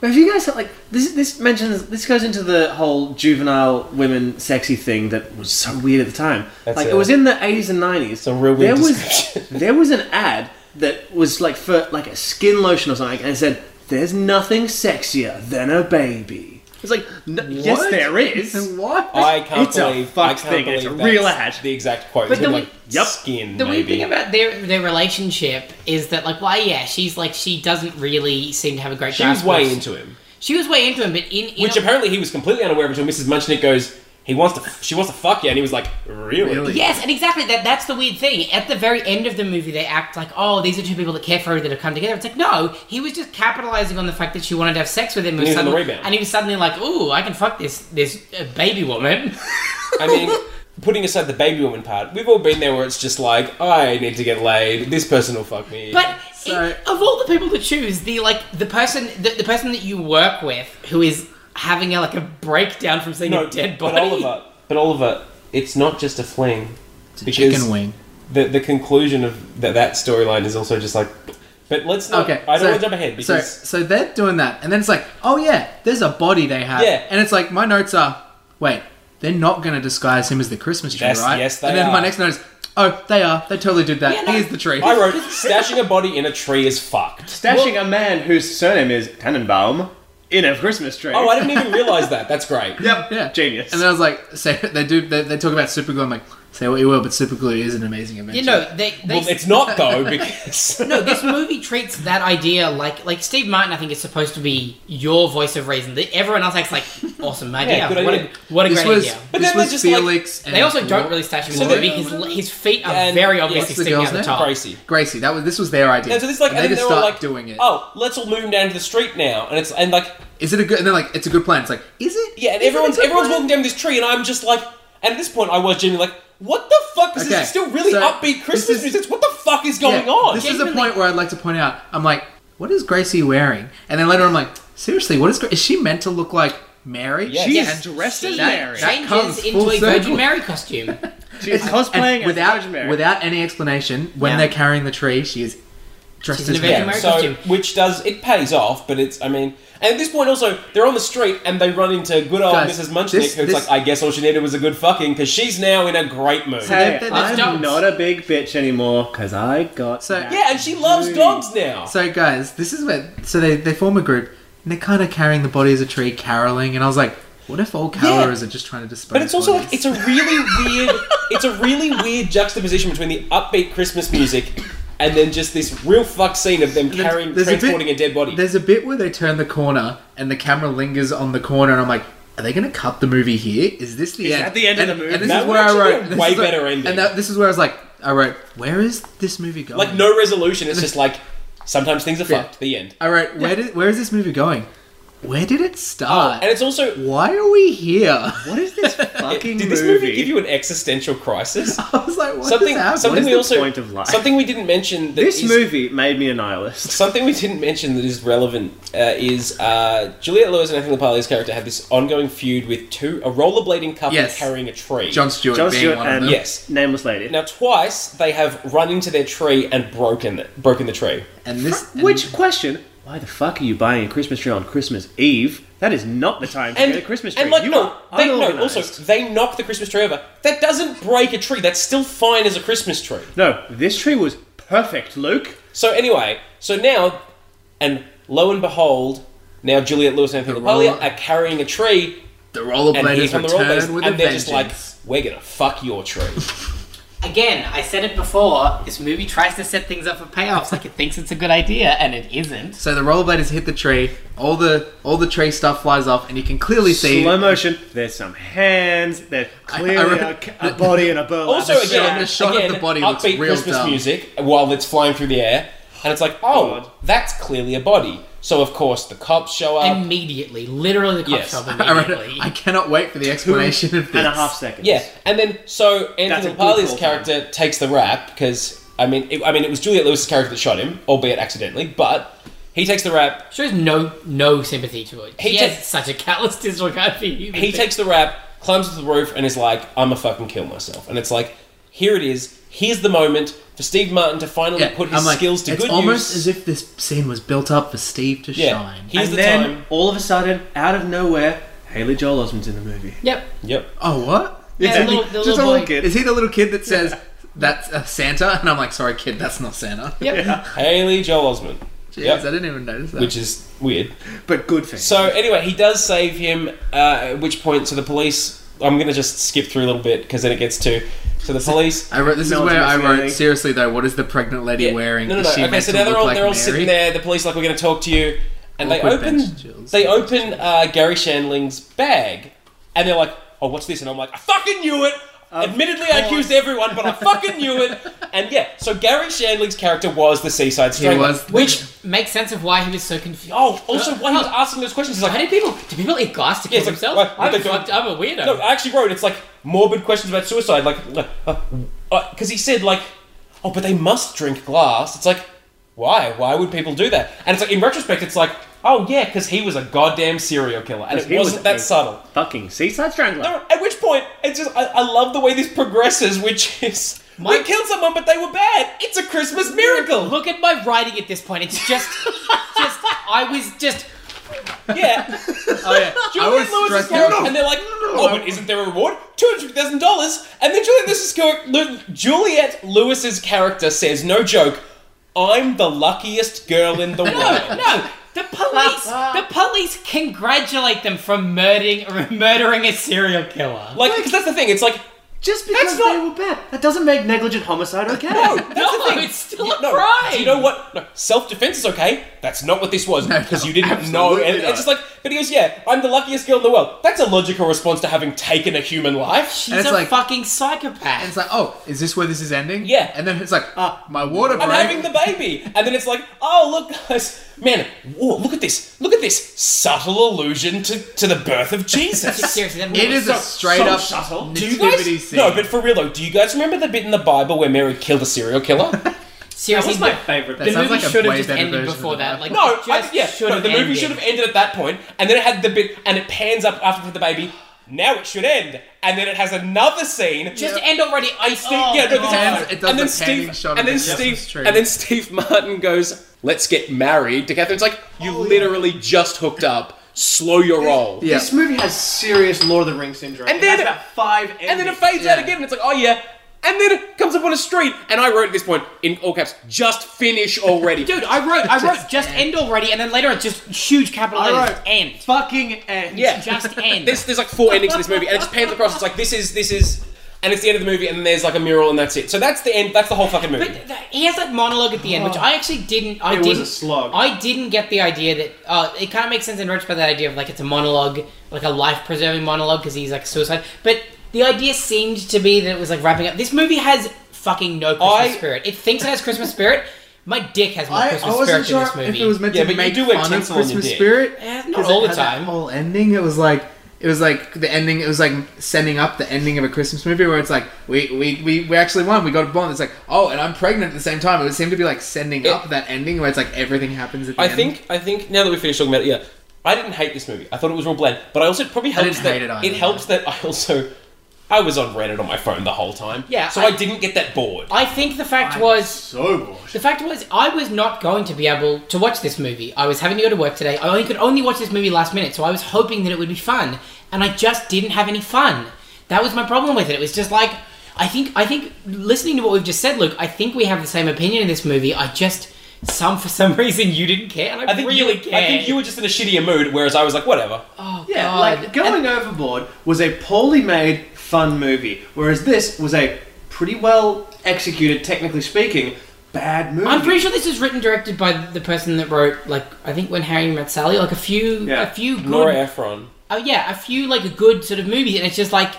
But have you guys like this? This mentions this goes into the whole juvenile women sexy thing that was so weird at the time. That's like it. it was in the eighties and nineties. Some real weird There was description. there was an ad that was like for like a skin lotion or something, and it said, "There's nothing sexier than a baby." It's like, n- yes, What? there is. What? I can't It's a believe. I fucked can't thing. believe It's a that's real ad. The exact quote. But It's the like we- Yep. skin. The weird maybe. thing about their their relationship is that like why yeah she's like she doesn't really seem to have a great. she was grasp way of- into him, She was way into him, but in, in which a- apparently he was completely unaware of until Mrs. Munchnick goes, "He wants to. She wants to fuck you," and he was like, "Really?" Really? Yes, and exactly that that's the weird thing. At the very end of the movie they act like, oh, these are two people that care for her that have come together. It's like, no, he was just capitalizing on the fact that she wanted to have sex with him and, he was on the suddenly, rebound. and he was suddenly like, ooh, I can fuck this this uh, baby woman. I mean, putting aside the baby woman part, we've all been there where it's just like, I need to get laid. This person will fuck me. But So- it- of all the people to choose, the like the person the, the person that you work with who is having a, like a breakdown from seeing a dead body. But Oliver, but Oliver, it's not just a fling. It's a because chicken wing. The the conclusion of that that storyline is also just like. But let's not. Okay, I don't so- want to jump ahead So, because so they're doing that, and then it's like, oh yeah, there's a body they have. Yeah. And it's like, my notes are, wait, they're not going to disguise him as the Christmas tree, Yes, right? yes, they And then are. my next note is, oh, they are. They totally did that. Yeah, no. Here's the tree. I wrote stashing a body in a tree is fucked. Stashing a man whose surname is Tannenbaum in a Christmas tree. Oh, I didn't even realize that. That's great. Yep. Yeah. Genius. And then I was like, say they do. They, they talk about superglue. I'm like, say what you will, but superglue is an amazing invention. you know, they, they Well, it's not though because no, this movie treats that idea like like Steve Martin. I think is supposed to be your voice of reason. That everyone else acts like awesome idea. good what, idea. A, what a this great was idea. But this then they was just, like- Felix. and They also don't Flo- really stash him in So the they- movie. His, his feet are And- very yeah, obviously what's the sticking out girl's the name? top. Gracie. Gracie. That was this was their idea. And so it's like, and and, they then just they were start like, doing it. Oh, let's all move him down to the street now, and it's and like Is it a good? And they're like, it's a good plan. It's like, is it? yeah, and Is it a everyone's good everyone's plan? walking down this tree, and I'm just like, and at this point, I was genuinely like, what the fuck? This Okay, is still really so upbeat this Christmas is- music. What the fuck is going Yeah, on? This is Genuinely- the point where I'd like to point out. I'm like, what is Gracie wearing? And then later I'm like, seriously, what is? Gra- Is she meant to look like Mary? Yes. She's Yes. dressed as She Mary. that changes comes into full a Virgin circle. Mary costume. She's And cosplaying as without Virgin Mary. without any explanation. When Yeah. they're carrying the tree, she is dressed She's in as a Virgin Mary. Mary so costume. which does it pays off, but it's I mean, and at this point also they're on the street and they run into good old Guys, Mrs. Munchnick, this- who's like, this- I guess all she needed was a good fucking because she's now in a great mood. So- Hey, That- that- I'm that's- not a big bitch anymore because I got. So- that yeah, and she loves tree. dogs now. So guys, this is where so they, they form a group and they're kind of carrying the body as a tree, caroling, and I was like, what if all carolers are just trying to dispose? But it's also like bodies? it's a really weird, it's a really weird juxtaposition between the upbeat Christmas music and then just this real fuck scene of them There's- carrying there's transporting a, bit, dead body. There's a bit where they turn the corner and the camera lingers on the corner, and I'm like. Are they going to cut the movie here? Is this the Is end? that the end of and, the movie? And this That is would where I actually wrote be a this way is where- better ending. And that, this is where I was like, I wrote, where is this movie going? Like no resolution. It's just like sometimes things are Yeah. fucked. The end. I wrote, where did where is this movie going? Where did it start? Oh, And it's also Why are we here? What is this fucking did this movie. give you an existential crisis? I was like, what something is happening? something is we the also point of life? something we didn't mention. That This is- movie made me a nihilist. Something we didn't mention that is relevant uh, is uh, Juliette Lewis and Anthony LaPaglia's character have this ongoing feud with two a rollerblading couple Yes. carrying a tree. John Stewart John being Stewart one of and them. Yes. Nameless Lady. Now twice they have run into their tree and broken it, broken the tree. And this and- Which question? Why the fuck are you buying a Christmas tree on Christmas Eve? That is not the time to And get a Christmas tree. and like you no, are they, no. unorganized. Also, they knock the Christmas tree over. That doesn't break a tree. That's still fine as a Christmas tree. no, this tree was perfect, Luke. So anyway, so now, and lo and behold, now Juliet Lewis and Anthony The roller- LaPaglia are carrying a tree, the and here rollerbladers come the return rollers, with and a they're vengeance. just like, "We're gonna fuck your tree." Again, I said it before. This movie tries to set things up for payoffs. Like it thinks it's a good idea, and it isn't. so the rollerbladers hit the tree. All the all the tree stuff flies off, and you can clearly see. Slow motion. There's some hands. There's I- I clearly wrote- a, a body and a burlap. also, sack. again, the shot of again, the body upbeat looks real Christmas dumb. music while it's flying through the air, and it's like, "Oh, God. that's clearly a body." So of course the cops show up. Immediately, literally, the Yes. cops yes. up I, wrote, immediately. I cannot wait for the explanation of this. and a half seconds. Yeah, and then so That's a Anthony good LaPaglia's call, character takes the rap because I mean, it, I mean, it was Juliet Lewis's character that shot him, albeit accidentally, but he takes the rap. shows no no sympathy to it. He He ta- has such a callous disregard for human. he beings. takes the rap, climbs to the roof, and is like, "I'm a fucking kill myself." And it's like Here it is. Here's the moment for Steve Martin to finally Yeah, put I'm his like, skills to it's good almost use. as if this scene was built up for Steve to yeah, shine. here's and the then, time. all of a sudden, out of nowhere, Haley Joel Osment's in the movie. Yep. Yep. oh, what? Yeah, the little, the Just little a boy. little kid. Is he the little kid that says that's uh, Santa? And I'm like, sorry, kid, that's not Santa. Yep. Haley Joel Osment, Jeez, Yep. I didn't even notice that. which is weird. But good for him. So anyway, he does save him. Uh, at which point, so the police. I'm going to just skip through a little bit because then it gets to. So the police. I wrote. This No is one's where I missing wrote. anything. Seriously though, what is the pregnant lady Yeah. wearing? No, no, Is no. she Okay, meant so to now they're look all like they're all Mary? sitting there. The police like we're going to talk to you, and they Awkward open bench chills. they open uh, Gary Shandling's bag, and they're like, "Oh, what's this?" And I'm like, "I fucking knew it." Admittedly, I accused everyone, but I fucking knew it. And yeah, so Gary Shandling's character was the Seaside Strangler, was the- which Makes sense of why he was so confused. oh, also why he was asking those questions is like, How do people do people eat glass to Yeah, kill it's like, themselves? what- what I'm, they do- fucked, I'm a weirdo. No, uh, I actually wrote. It's like morbid questions about suicide. Like, because uh, uh 'cause he said like, oh, but they must drink glass. It's like, why? Why would people do that? And it's like in retrospect, it's like, oh yeah, because he was a goddamn serial killer, and 'Cause it he was wasn't that a- subtle. Fucking Seaside Strangler. No, At which point, it's just I, I love the way this progresses, which is we My- killed someone, but they were bad. It's a Christmas miracle. Look at my writing at this point. It's just, just I was just. yeah, Oh yeah, I Julian was Lewis is stressed going, out. and they're like, oh, but isn't there a reward? Two hundred thousand dollars. And then Julian Lewis is going, Lu- Juliet Lewis's character says, no joke, I'm the luckiest girl in the No, world. no. The police, the police congratulate them for murdering murdering a serial killer. Like, because that's the thing. It's like, Just because That's not- they were bad, that doesn't make negligent homicide okay. no, that's the no, thing. it's still You- a no, crime. Do you know what? No, self defense is okay. That's not what this was because you didn't know. absolutely And not. it's just like, but he goes, yeah, I'm the luckiest girl in the world. That's a logical response to having taken a human life. She's And it's a like- fucking And it's psychopath. like, oh, is this where this is ending? Yeah. Uh, And then it's like, ah, my water break. I'm having the baby. And then it's like, oh, look, guys, man, whoa, look at this. Look at this subtle allusion to, to the birth of Jesus. Seriously, that it movie- is a straight so up subtle. Do you guys? nativity scene. No, but for real though, do you guys remember the bit in the Bible where Mary killed a serial killer? That seriously. was my the- favorite. That bit. The sounds movie like a should have way just better ended version before of that. that. Like, No, it I, just think- yeah, should no, have the movie ended. should have ended at that point, and then it had the bit, and it pans up after the baby. Now it should end, and then it has another scene. just end already. I Steve, yeah, no, this is Pans- fine. it does and then the panning Steve, shot of and then the Christmas Steve, tree. and then Steve Martin goes, "Let's get married." To Catherine's like, "You Oh, literally just hooked up. Slow your roll." Yeah. This movie has serious Lord of the Rings syndrome. And And then- then about five. And then it endings. fades out Yeah. again, and it's like, "Oh yeah." And then it comes up on a street, and I wrote at this point in all caps, "Just finish already." Dude, I wrote, I wrote, just end already, and then later it's just huge capital I letters. wrote- End. fucking end. yeah, Just end. There's, there's like four endings to this movie, and it just pans across. It's like this is this is, and it's the end of the movie, and then there's like a mural, and that's it. So that's the end. That's the whole fucking movie. But th- th- he has that monologue at the end, which I actually didn't. I It was didn't, a slog. I didn't get the idea that uh, it kind of makes sense in retrospect. That idea of like it's a monologue, like a life-preserving monologue, because he's like suicide. But the idea seemed to be that it was like wrapping up. This movie has fucking no Christmas I- spirit. It thinks it has Christmas spirit. My dick has more I, I Christmas wasn't spirit sure in this movie. if it was meant Yeah, to but you make do wear fun of tinsel on your Christmas dick. spirit. Eh, not 'cause it all the had that time. whole ending. It was like. It was like the ending. It was like setting up the ending of a Christmas movie, where it's like we we, we, we actually won. We got a bond. It's like oh, and I'm pregnant at the same time. It would seem to be like sending It- up that ending, where it's like everything happens at the I end. think I think now that we finished talking about it, yeah, I didn't hate this movie. I thought it was real bland, but I also it probably helps didn't that hate it either. helps that I also I was on Reddit on my phone the whole time. Yeah, so I, I- didn't get that bored. I think the fact was so bored. The fact was, I was not going to be able to watch this movie. I was having to go to work today. I only could only watch this movie last minute, so I was hoping that it would be fun, and I just didn't have any fun. That was my problem with it. It was just like, I think, I think, listening to what we've just said, Luke, I think we have the same opinion in this movie. I just, some for some reason, you didn't care, and I, I think really you, cared. I think you were just in a shittier mood, whereas I was like, whatever. oh, Yeah, God. like Going Overboard was a poorly made fun movie, whereas this was a pretty well executed, technically speaking, bad movie. I'm pretty sure this was written directed by the person that wrote, like, I think when Harry met Sally, like a few, Yeah. a few good Nora Ephron. oh yeah, a few like good sort of movies, and it's just like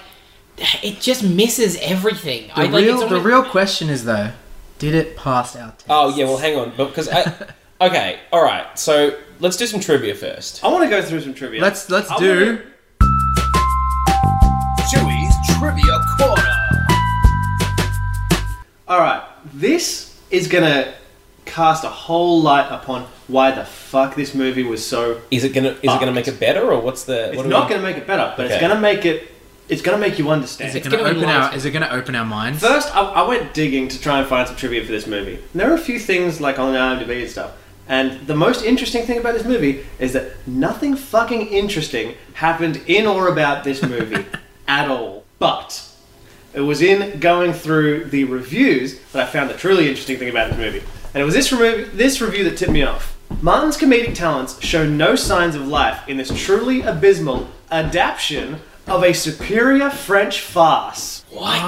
it just misses everything. The I, like, real it's the almost- real question is though, did it pass our test? Oh yeah, well hang on, because I okay, all right. So let's do some trivia first. I want to go through some trivia. Let's let's I do. wanna- Dewey's trivia corner. All right, this is gonna cast a whole light upon why the fuck this movie was so. Is it gonna is it gonna make it better or what's the? It's what are not we- gonna make it better, but Okay. it's gonna make it it's gonna make you understand. Is it- It's gonna gonna open enlighten our, is it going to open our minds? First, I, I went digging to try and find some trivia for this movie. And there are a few things like on IMDb and stuff. And the most interesting thing about this movie is that nothing fucking interesting happened in or about this movie at all. But it was in going through the reviews that I found the truly interesting thing about this movie. And it was this, remo- this review that tipped me off. Martin's comedic talents show no signs of life in this truly abysmal adaptation of a superior French farce. What?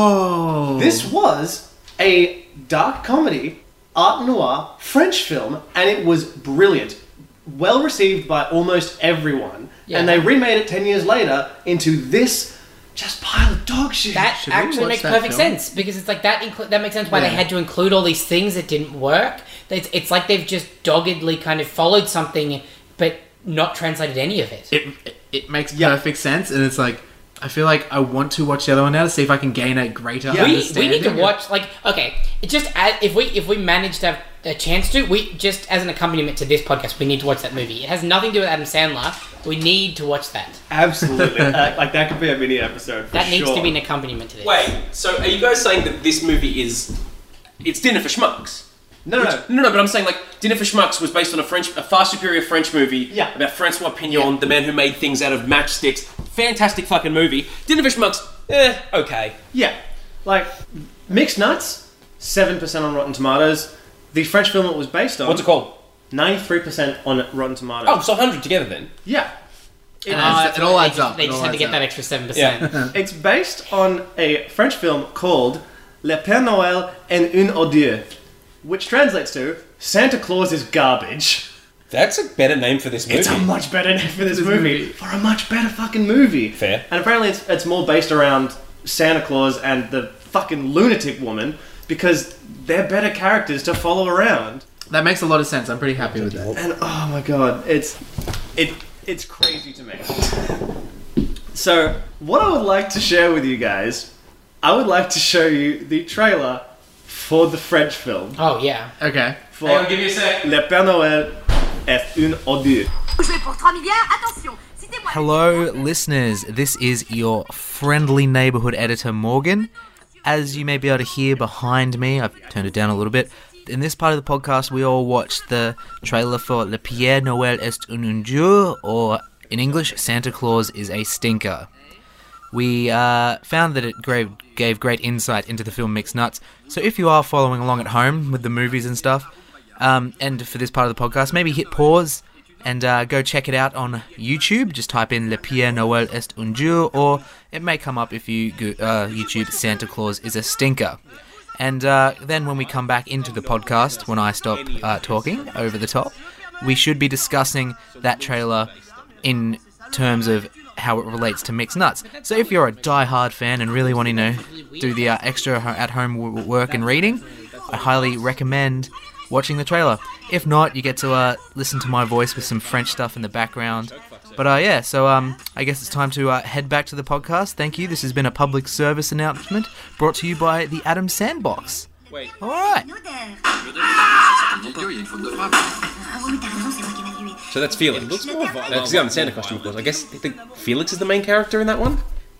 Oh. This was a dark comedy, art noir, French film, and it was brilliant. Well received by almost everyone. Yeah. And they remade it 10 years later into this just pile of dog shit. That Should we actually watch makes that perfect film? sense because it's like that. Inclu- that makes sense why Yeah. they had to include all these things that didn't work. It's, it's like they've just doggedly kind of followed something, but not translated any of it. It, it, it makes Yeah. perfect sense, and it's like, I feel like I want to watch the other one now to see if I can gain a greater Yeah. we, we understanding. need to of- watch like okay, it just as, if we if we manage to have a chance to we just as an accompaniment to this podcast we need to watch that movie. It has nothing to do with Adam Sandler. We need to watch that. Absolutely. Uh, like, that could be a mini episode. For That needs sure. to be an accompaniment to this. Wait, so are you guys saying that this movie is it's dinner for schmucks? No, no, no. No, no, but I'm saying like Dinner for Schmucks was based on a French, a far superior French movie Yeah. about Francois Pignon, the man who made things out of matchsticks. Fantastic fucking movie. Dinner for Schmucks, eh, okay. Yeah, like mixed nuts, seven percent on Rotten Tomatoes. The French film it was based on What's it called? ninety-three percent on Rotten Tomatoes. Oh, so 100 together then. yeah, it And I- is- Oh, It all adds they, up, They it just all had to adds get up. that extra seven Yeah. percent. it's based on a French film called Le Père Noël and une odieux, which translates to Santa Claus is garbage. That's a better name for this movie. It's a much better name for this This movie, movie. for a much better fucking movie. Fair. And apparently, it's it's more based around Santa Claus and the fucking lunatic woman because they're better characters to follow around. That makes a lot of sense. I'm pretty happy with that. And oh my god, it's it it's crazy to me. So, what I would like to share with you guys, I would like to show you the trailer for the French film Oh yeah. Okay. for you a sec. Le Père Noël est une odieuse. Jouer pour 3 milliards, attention, citez-moi. Hello, listeners. This is your friendly neighborhood editor, Morgan. As you may be able to hear behind me, I've turned it down a little bit. In this part of the podcast, we all watched the trailer for Le Pierre Noël est un undure, or in English, Santa Claus is a stinker. We uh, found that it gave, gave great insight into the film Mixed Nuts. So if you are following along at home with the movies and stuff, um, and for this part of the podcast, maybe hit pause and uh, go check it out on YouTube. Just type in Le Pierre Noël est un jour, or it may come up if you go, uh, YouTube Santa Claus is a stinker. And uh, then when we come back into the podcast, when I stop uh, talking over the top, we should be discussing that trailer in terms of how it relates to mixed nuts. So if you're a die-hard fan and really want to you know do the uh, extra ho- at-home w- w- work and reading, I highly recommend watching the trailer. If not, you get to uh, listen to my voice with some French stuff in the background. But uh, yeah, so um, I guess it's time to uh, head back to the podcast. Thank you. This has been a public service announcement brought to you by the Adam Sandbox. Wait. All right. Ah oui, mais t'as raison, c'est moi qui ai évalué. So that's Felix. It looks more violent. That's the other Santa costume, of course. I guess I think Felix is the main character in that one.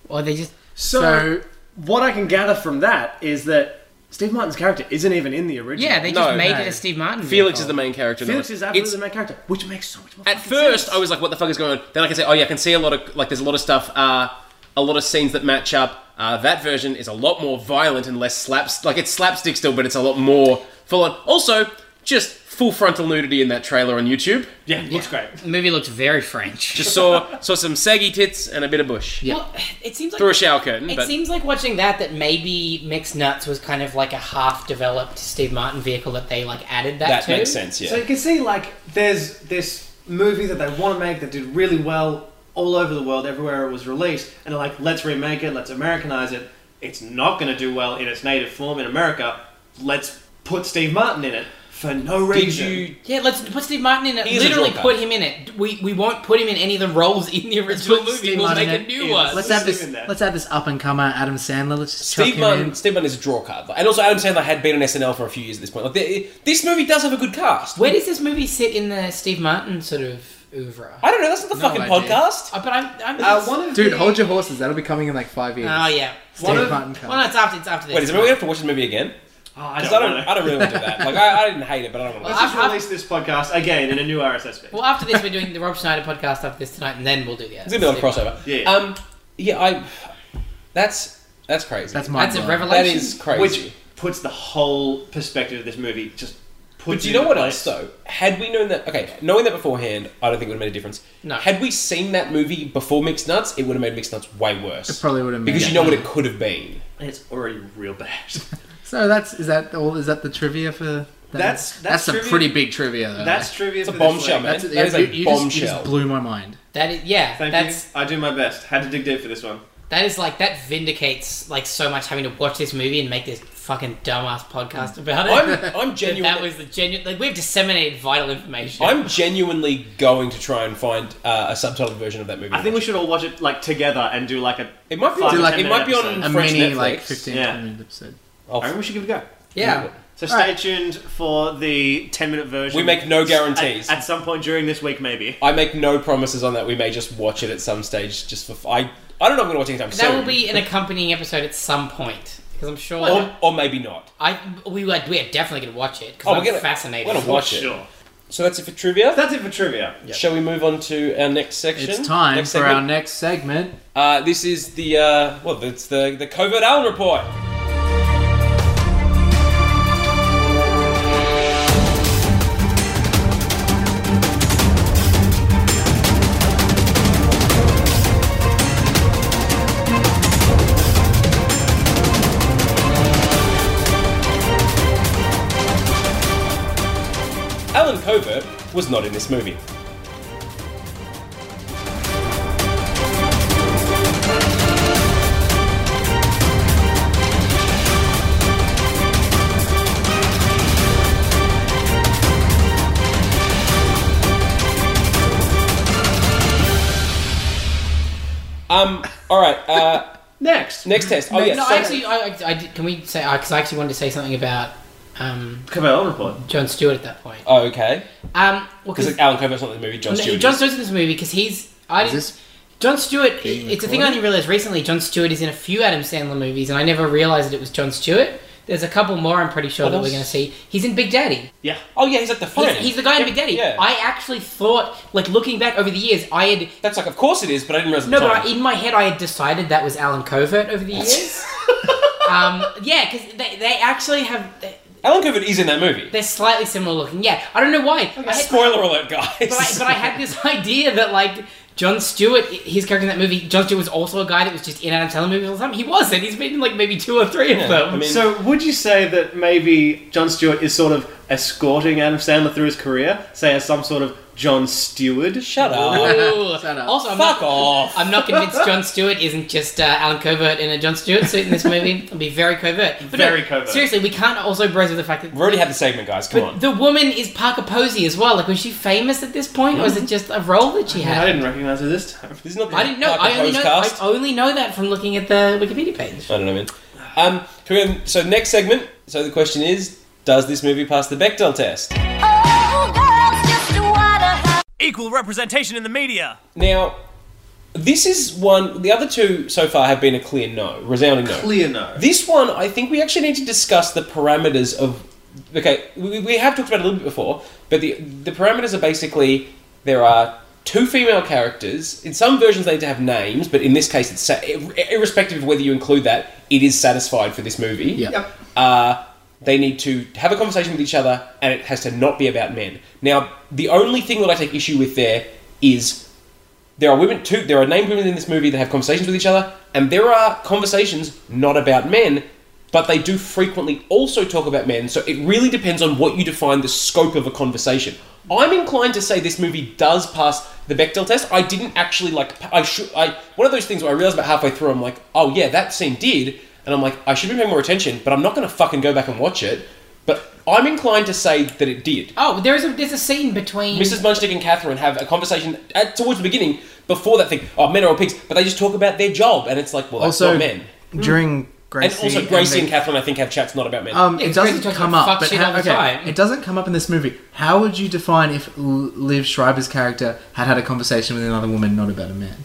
Or they just So, So, what I can gather from that is that Steve Martin's character isn't even in the original. yeah they No, just made no. it a Steve Martin. Felix vehicle. is the main character. in that Felix one. is absolutely It's- the main character, which makes so much more At fucking first, sense. I was like, "What the fuck is going on?" Then I can say, "Oh yeah, I can see a lot of like, there's a lot of stuff, uh, a lot of scenes that match up." Uh, that version is a lot more violent and less slaps. Like it's slapstick still, but it's a lot more full on. Also, just full frontal nudity in that trailer on YouTube. yeah, looks great. The movie looks very French. Just saw saw some saggy tits and a bit of bush Well, it seems like through a shower curtain. It but seems like watching that that maybe Mixed Nuts was kind of like a half-developed Steve Martin vehicle that they like added that, that to. makes sense. Yeah. So you can see, like, there's this movie that they want to make that did really well all over the world, everywhere it was released, and they're like, let's remake it, let's Americanize it. It's not going to do well in its native form in America. Let's put Steve Martin in it for no Did reason. you? Yeah, let's put Steve Martin in it. He is a Literally drawback. put him in it. We we won't put him in any of the roles in the original put movie. Steve we'll Martin make a in new it. one. let's add Steve this. in there. Let's add this up and comer Adam Sandler. Let's just chuck Steve him in. Martin, Steve Martin is a draw card, and also Adam Sandler had been on SNL for a few years at this point. Like, th- this movie does have a good cast. Where does this movie sit in the Steve Martin sort of oeuvre. I don't know. That's not the No fucking idea. podcast. Uh, but I'm. I'm Uh, one of Dude, the- hold your horses. That'll be coming in like five Uh, years. oh yeah. Steve One of- Martin Well, comes. no, it's after. It's after this. Wait, does it mean we have to watch this movie again? Oh, I Because don't, I don't, know. I don't really want to do that. Like, I, I didn't hate it, but I don't want Well, to. Let's just I've- release this podcast again in a new RSS feed. Well, after this, we're doing the Rob Schneider podcast after this tonight, and then we'll do the. It's gonna be like a crossover. Yeah, yeah. Um. Yeah. I. That's that's crazy. That's my. That's a revelation. That is crazy. Which puts the whole perspective of this movie just puts But do it you know in what place. else though? Had we known that, okay, knowing that beforehand, I don't think it would have made a difference. No. Had we seen that movie before Mixed Nuts, it would have made Mixed Nuts way worse. It probably would have made because it. you know what it could have been. It's already real bad. So that's is that all? Is that the trivia for? That? That's- that's some trivia- pretty big trivia. Though. That's trivia. It's a for this bombshell, week. man. That's That is a you- you just- you bombshell. just blew my mind. That is yeah. Thank that's you. I do my best. Had to dig deep for this one. that is like that vindicates like so much having to watch this movie and make this fucking dumbass podcast about it. I'm I'm That that genuinely was the genuine. Like we've disseminated vital information. I'm genuinely going to try and find uh, a subtitled version of that movie. I think we should all watch it like together and do like a. It might be Five on, to like it might be ten on A French mini Netflix. like 15, Yeah. 20 minute episode. I'll- I reckon we should give it a go. yeah. So stay tuned for the ten minute version. We make no guarantees. At, at some point during this week, maybe. I make no promises on that. We may just watch it at some stage. Just for f- I I don't know. if I'm going to watch it anytime That soon. will be an accompanying episode at some point because I'm sure. or, or maybe not. I we were we are definitely gonna watch it because Oh, I'm we're gonna- fascinated. we're gonna watch it. Sure. So that's it for trivia. That's it for trivia. Shall we move on to our next section? It's time Next for segment? our next segment. Uh, this is the uh, well, it's the the covert Allen report. Alan Covert was not in this movie. Um. All right. Uh, Next. next test. Oh yeah. no, so- I actually, I, I, I did- can we say because I actually wanted to say something about um, Cabell report. John Stewart at that point. oh, okay. Um, well, Because 'cause- Alan Covert's not in the movie. John no, Stewart. John is. Stewart's in this movie because he's I Is didn't- this John Stewart. It's being a thing I recorded? only realized recently. John Stewart is in a few Adam Sandler movies, and I never realized it was John Stewart. There's a couple more I'm pretty sure What that we're else? going to see. He's in Big Daddy. Yeah. Oh yeah, he's at the He's, phone. he's the guy in Big Daddy. Yeah. I actually thought, like looking back over the years, I had That's like, of course it is, but I didn't realize. No, at the but time. I, in my head, I had decided that was Alan Covert over the years. um, yeah, because they, they actually have they- Alan Covert is in that movie. they're slightly similar looking. Yeah, I don't know why. I had- Spoiler alert, guys. but, I, but I had this idea that like John Stewart, his character in that movie, John Stewart was also a guy that was just in Adam Sandler movies all the time. He wasn't. He's been in like maybe two or three of Yeah, them. I mean- So would you say that maybe John Stewart is sort of escorting Adam Sandler through his career, say as some sort of John Stewart? Shut up. Oh, Ooh. Shut up. Also, I'm Fuck not, off. I'm not convinced John Stewart isn't just uh, Alan Covert in a John Stewart suit in this movie. It'll be very covert. But Very covert. Seriously, we can't also braze with the fact that We've already had the segment, guys. Come But on. the woman is Parker Posey as well. Like, was she famous at this point, or was Mm-hmm. it just a role that she I had? didn't recognize her this time. This is not. the I didn't know. I Parker only know. Posey I cast. only know that from looking at the Wikipedia page. I don't know, man. Um, can we go- so next segment. So the question is, does this movie pass the Bechdel test? Oh, girls just wanna have Equal representation in the media. Now, this is one. The other two so far have been a clear no, resounding no. Clear no. This one, I think we actually need to discuss the parameters of. Okay, we, we have talked about it a little bit before, but the the parameters are basically there are two female characters. In some versions, they need to have names, but in this case, it's sa- ir- irrespective of whether you include that, it is satisfied for this movie. Yeah. Yep. Uh, they need to have a conversation with each other, and it has to not be about men. Now, the only thing that I take issue with there is there are women too. There are named women in this movie that have conversations with each other, and there are conversations not about men, but they do frequently also talk about men. So it really depends on what you define the scope of a conversation. I'm inclined to say this movie does pass the Bechdel test. I didn't actually like. I should. I one of those things where I realized about halfway through, I'm like, oh yeah, that scene did, and I'm like, I should be paying more attention, but I'm not going to fucking go back and watch it. But I'm inclined to say that it did. Oh, there is a there's a scene between Mrs. Munchnick and Catherine have a conversation at, towards the beginning before that thing. Oh, men are all pigs, but they just talk about their job, and it's like, well, that's also not Mm. men. during Gracie, and also Gracie they- and, Catherine, I think, have chats not about men. Um, Yeah, it it's doesn't great to talk come about up, fuck but shit how- all the okay, time. it doesn't come up in this movie. How would you define if L- Liv Schreiber's character had had a conversation with another woman, not about a man?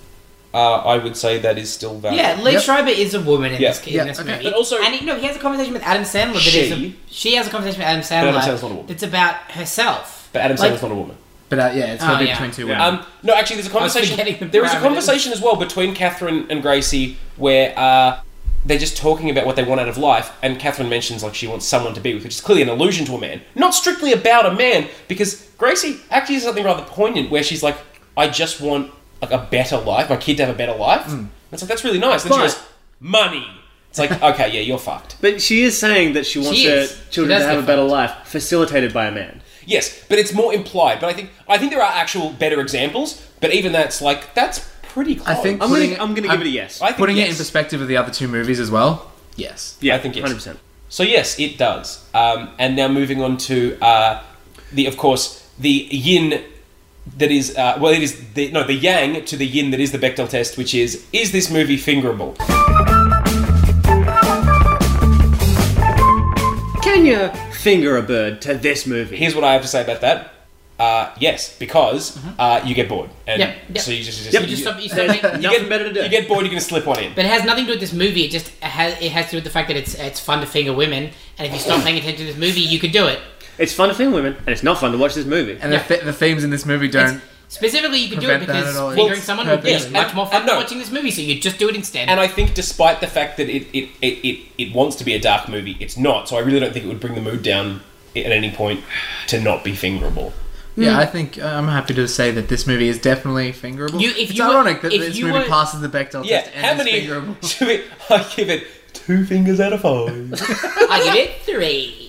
uh, I would say that is still valid. Yeah, Lee Yep. Schreiber is a woman in Yeah. this, in Yeah, this okay. movie. But also- and he, no, he has a conversation with Adam Sandler. That She- is a, she has a conversation with Adam Sandler. Adam Sandler's not a woman. It's about herself. But Adam Like- Sandler's not a woman. But uh, yeah, it's got Oh, to be yeah. between two Yeah. women. Um, no, actually, there's a was forgetting the conversation. There is a parameters. conversation as well between Catherine and Gracie where uh, they're just talking about what they want out of life, and Catherine mentions like she wants someone to be with, which is clearly an allusion to a man, not strictly about a man, because Gracie actually says something rather poignant where she's like, "I just want like a better life, my kid to have a better life." Mm. And it's like that's really nice. Then she But- goes, "Money." It's like, okay, yeah, you're fucked. But she is saying that she wants her is. She children does to have get a better fucked. life, facilitated by a man. Yes, but it's more implied. But I think I think there are actual better examples. But even that's like that's pretty close. think- I'm Putting gonna, it- I'm gonna I'm- give it a yes. I think Putting it in yes. perspective of the other two movies as well. Yes. yeah, I think yes. hundred percent. So yes, it does. Um, and now moving on to uh, the, of course, the yin that is, uh, well, it is the, no the yang to the yin that is the Bechdel test, which is is this movie fingerable? Can you finger a bird to this movie? Here's what I have to say about that. Uh, yes, because uh, you get bored, and Mm-hmm. Yep, yep. so you just, just- Yep. You just you, stop, you stop Nothing you get better to do. You get bored, you're gonna slip one in. But it has nothing to do with this movie. It just has, it has to do with the fact that it's it's fun to finger women, and if you stop paying attention to this movie, you could do it. it's fun to finger women, and it's not fun to watch this movie. And the, th- the themes in this movie don't. Specifically, you could do it Prevent that because at all. fingering Well, someone would be yes, much and- more fun and than no. watching this movie, so you just do it instead. And I think, despite the fact that it it, it, it it wants to be a dark movie, it's not. So I really don't think it would bring the mood down at any point to not be fingerable. Yeah, Mm. I think uh, I'm happy to say that this movie is definitely fingerable. You- if it's you were- ironic that if this you movie were- passes the Bechdel Yeah, test and how is many? fingerable. Should we- I give it two fingers out of five. I give it three.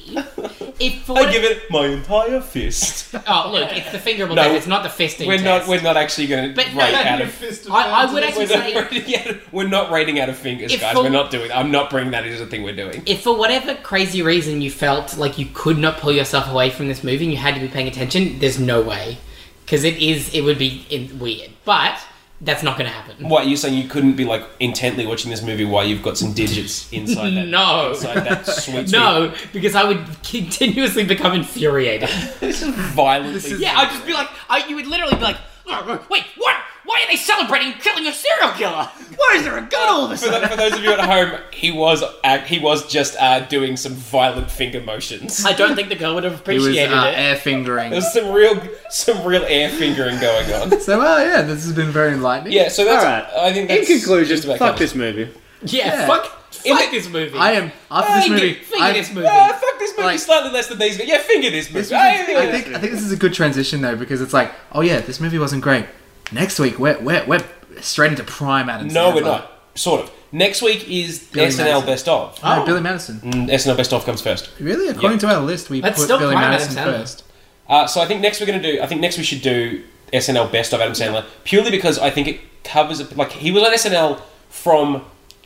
If for I give it my entire fist. Oh look, it's the fingerable No, test. It's not the fisting. We're not. test. We're not actually going to But rate no, out of. I, I would We're actually not, say rating out of- we're not rating out of fingers, If guys. for- We're not doing. I'm not bringing that as a thing we're doing. if for whatever crazy reason you felt like you could not pull yourself away from this movie and you had to be paying attention, there's no way because it is it would be in, weird. But that's not going to happen. What you're saying? You couldn't be like intently watching this movie while you've got some digits inside that. No. inside that sweet. No, because I would continuously become infuriated. this is violent. yeah, I'd just be like, I, you would literally be like, "Oh, wait, what? Why are they celebrating killing a serial killer? Why is there a gun all of a For, sudden? tho- for those of you at home, he was act, he was just uh, doing some violent finger motions. I don't think the girl would have It was appreciated it. uh, air fingering. There's some real some real air fingering going on. So well, yeah, this has been very enlightening. Yeah, so that's. Alright. I think In that's conclusion, just about fuck covers this movie. Yeah, Yeah. fuck, In fuck the- this movie. I am after this Finger- movie. finger I, this movie. Ah, fuck this movie. Like- slightly less than these. guys. Yeah, finger this movie. This was, Ah, yeah, I think I think this is a good transition though because it's like, oh yeah, this movie wasn't great. Next week we're we're, we're straight into prime Adam. no, Sandler. we're not. Sort of. Next week is Billy SNL Madison. Best of. Oh. No, Oh, Billy Madison. Mm, SNL Best of comes first. Really, according to our list, we That's put still Billy prime Adam Madison Sandler. first. Uh, so I think next we're going to do. I think next we should do SNL Best of Adam Sandler purely because I think it covers it. Like he was on SNL from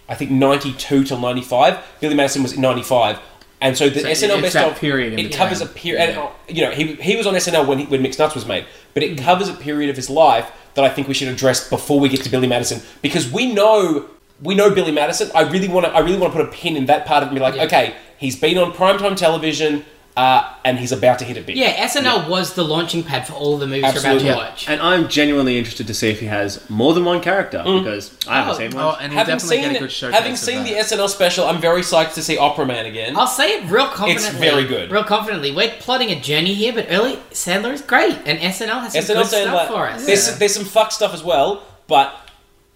I think ninety two till ninety five. Billy Madison was in ninety five, and so the So SNL it's Best that of period in It between. covers a period. and uh You know, he he was on SNL when he, when Mixed Nuts was made, but Mm-hmm. it covers a period of his life that I think we should address before we get to Billy Madison because we know. We know Billy Madison. I really want to. I really want to put a pin in that part of me. Like, okay, he's been on primetime television, uh, and he's about to hit it big. yeah, SNL was the launching pad for all the movies Absolutely. you're Yeah. about to watch. And I'm genuinely interested to see if he has more than one character Mm. because I haven't Oh. seen one. Oh, and we'll having definitely seen, get a good showcase. having seen the SNL special, I'm very psyched to see Opera Man again. I'll say it real confidently. very good. Real confidently. We're plotting a journey here, but early Sandler is great, and SNL has some SNL good saying, stuff like, for us. there's there's some fuck stuff as well, but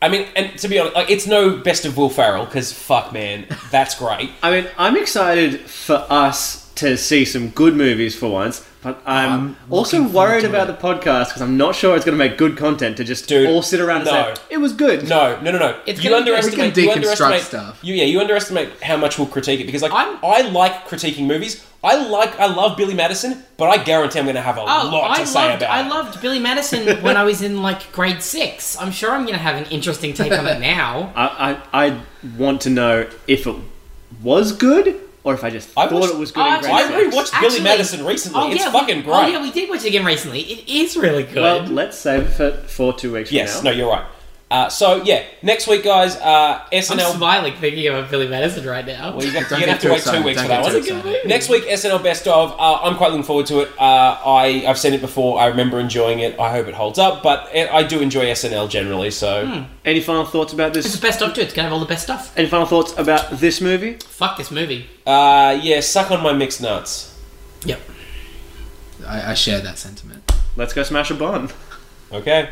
I mean, and to be honest, like it's no best of Will Ferrell because fuck man, that's great. I mean, I'm excited for us to see some good movies for once, but I'm, also worried about the podcast because I'm not sure it's going to make good content to just Dude, all sit around no. and say it was good. No, no, no, no. It's you gonna be- underestimate. We you can deconstruct underestimate stuff. You, yeah, you underestimate how much we'll critique it because like I'm- i like critiquing movies. I like I love Billy Madison, but I guarantee I'm going to have a Oh, lot I to loved, say about. I it. loved Billy Madison when I was in like grade six. I'm sure I'm going to have an interesting take on it now. I, I, I want to know if it was good or if I just I thought watched- it was good. Oh, in actually- grade I six. rewatched Billy Actually- Madison recently. it's yeah, fucking we, great. Oh yeah, we did watch it again recently. It is really good. Well, let's save it for, for two weeks Yes, from now. no, you're right. Uh, so yeah, next week, guys, uh, I'm SNL. smiling thinking about Billy Madison right now. Well, you're Don't going to get have to too wait two excited, weeks don't for that get one. too excited. Next week, SNL Best of. Uh, I'm quite looking forward to it. Uh, I, I've seen it before. I remember enjoying it. I hope it holds up, but it, I do enjoy SNL generally, so. Any final thoughts about It's the this? best of two. It's gonna have all the best stuff. Any final thoughts about this movie? Fuck this movie. Uh, yeah, suck on my mixed nuts. Yep. I, I share that sentiment. Let's go smash a bun. Okay.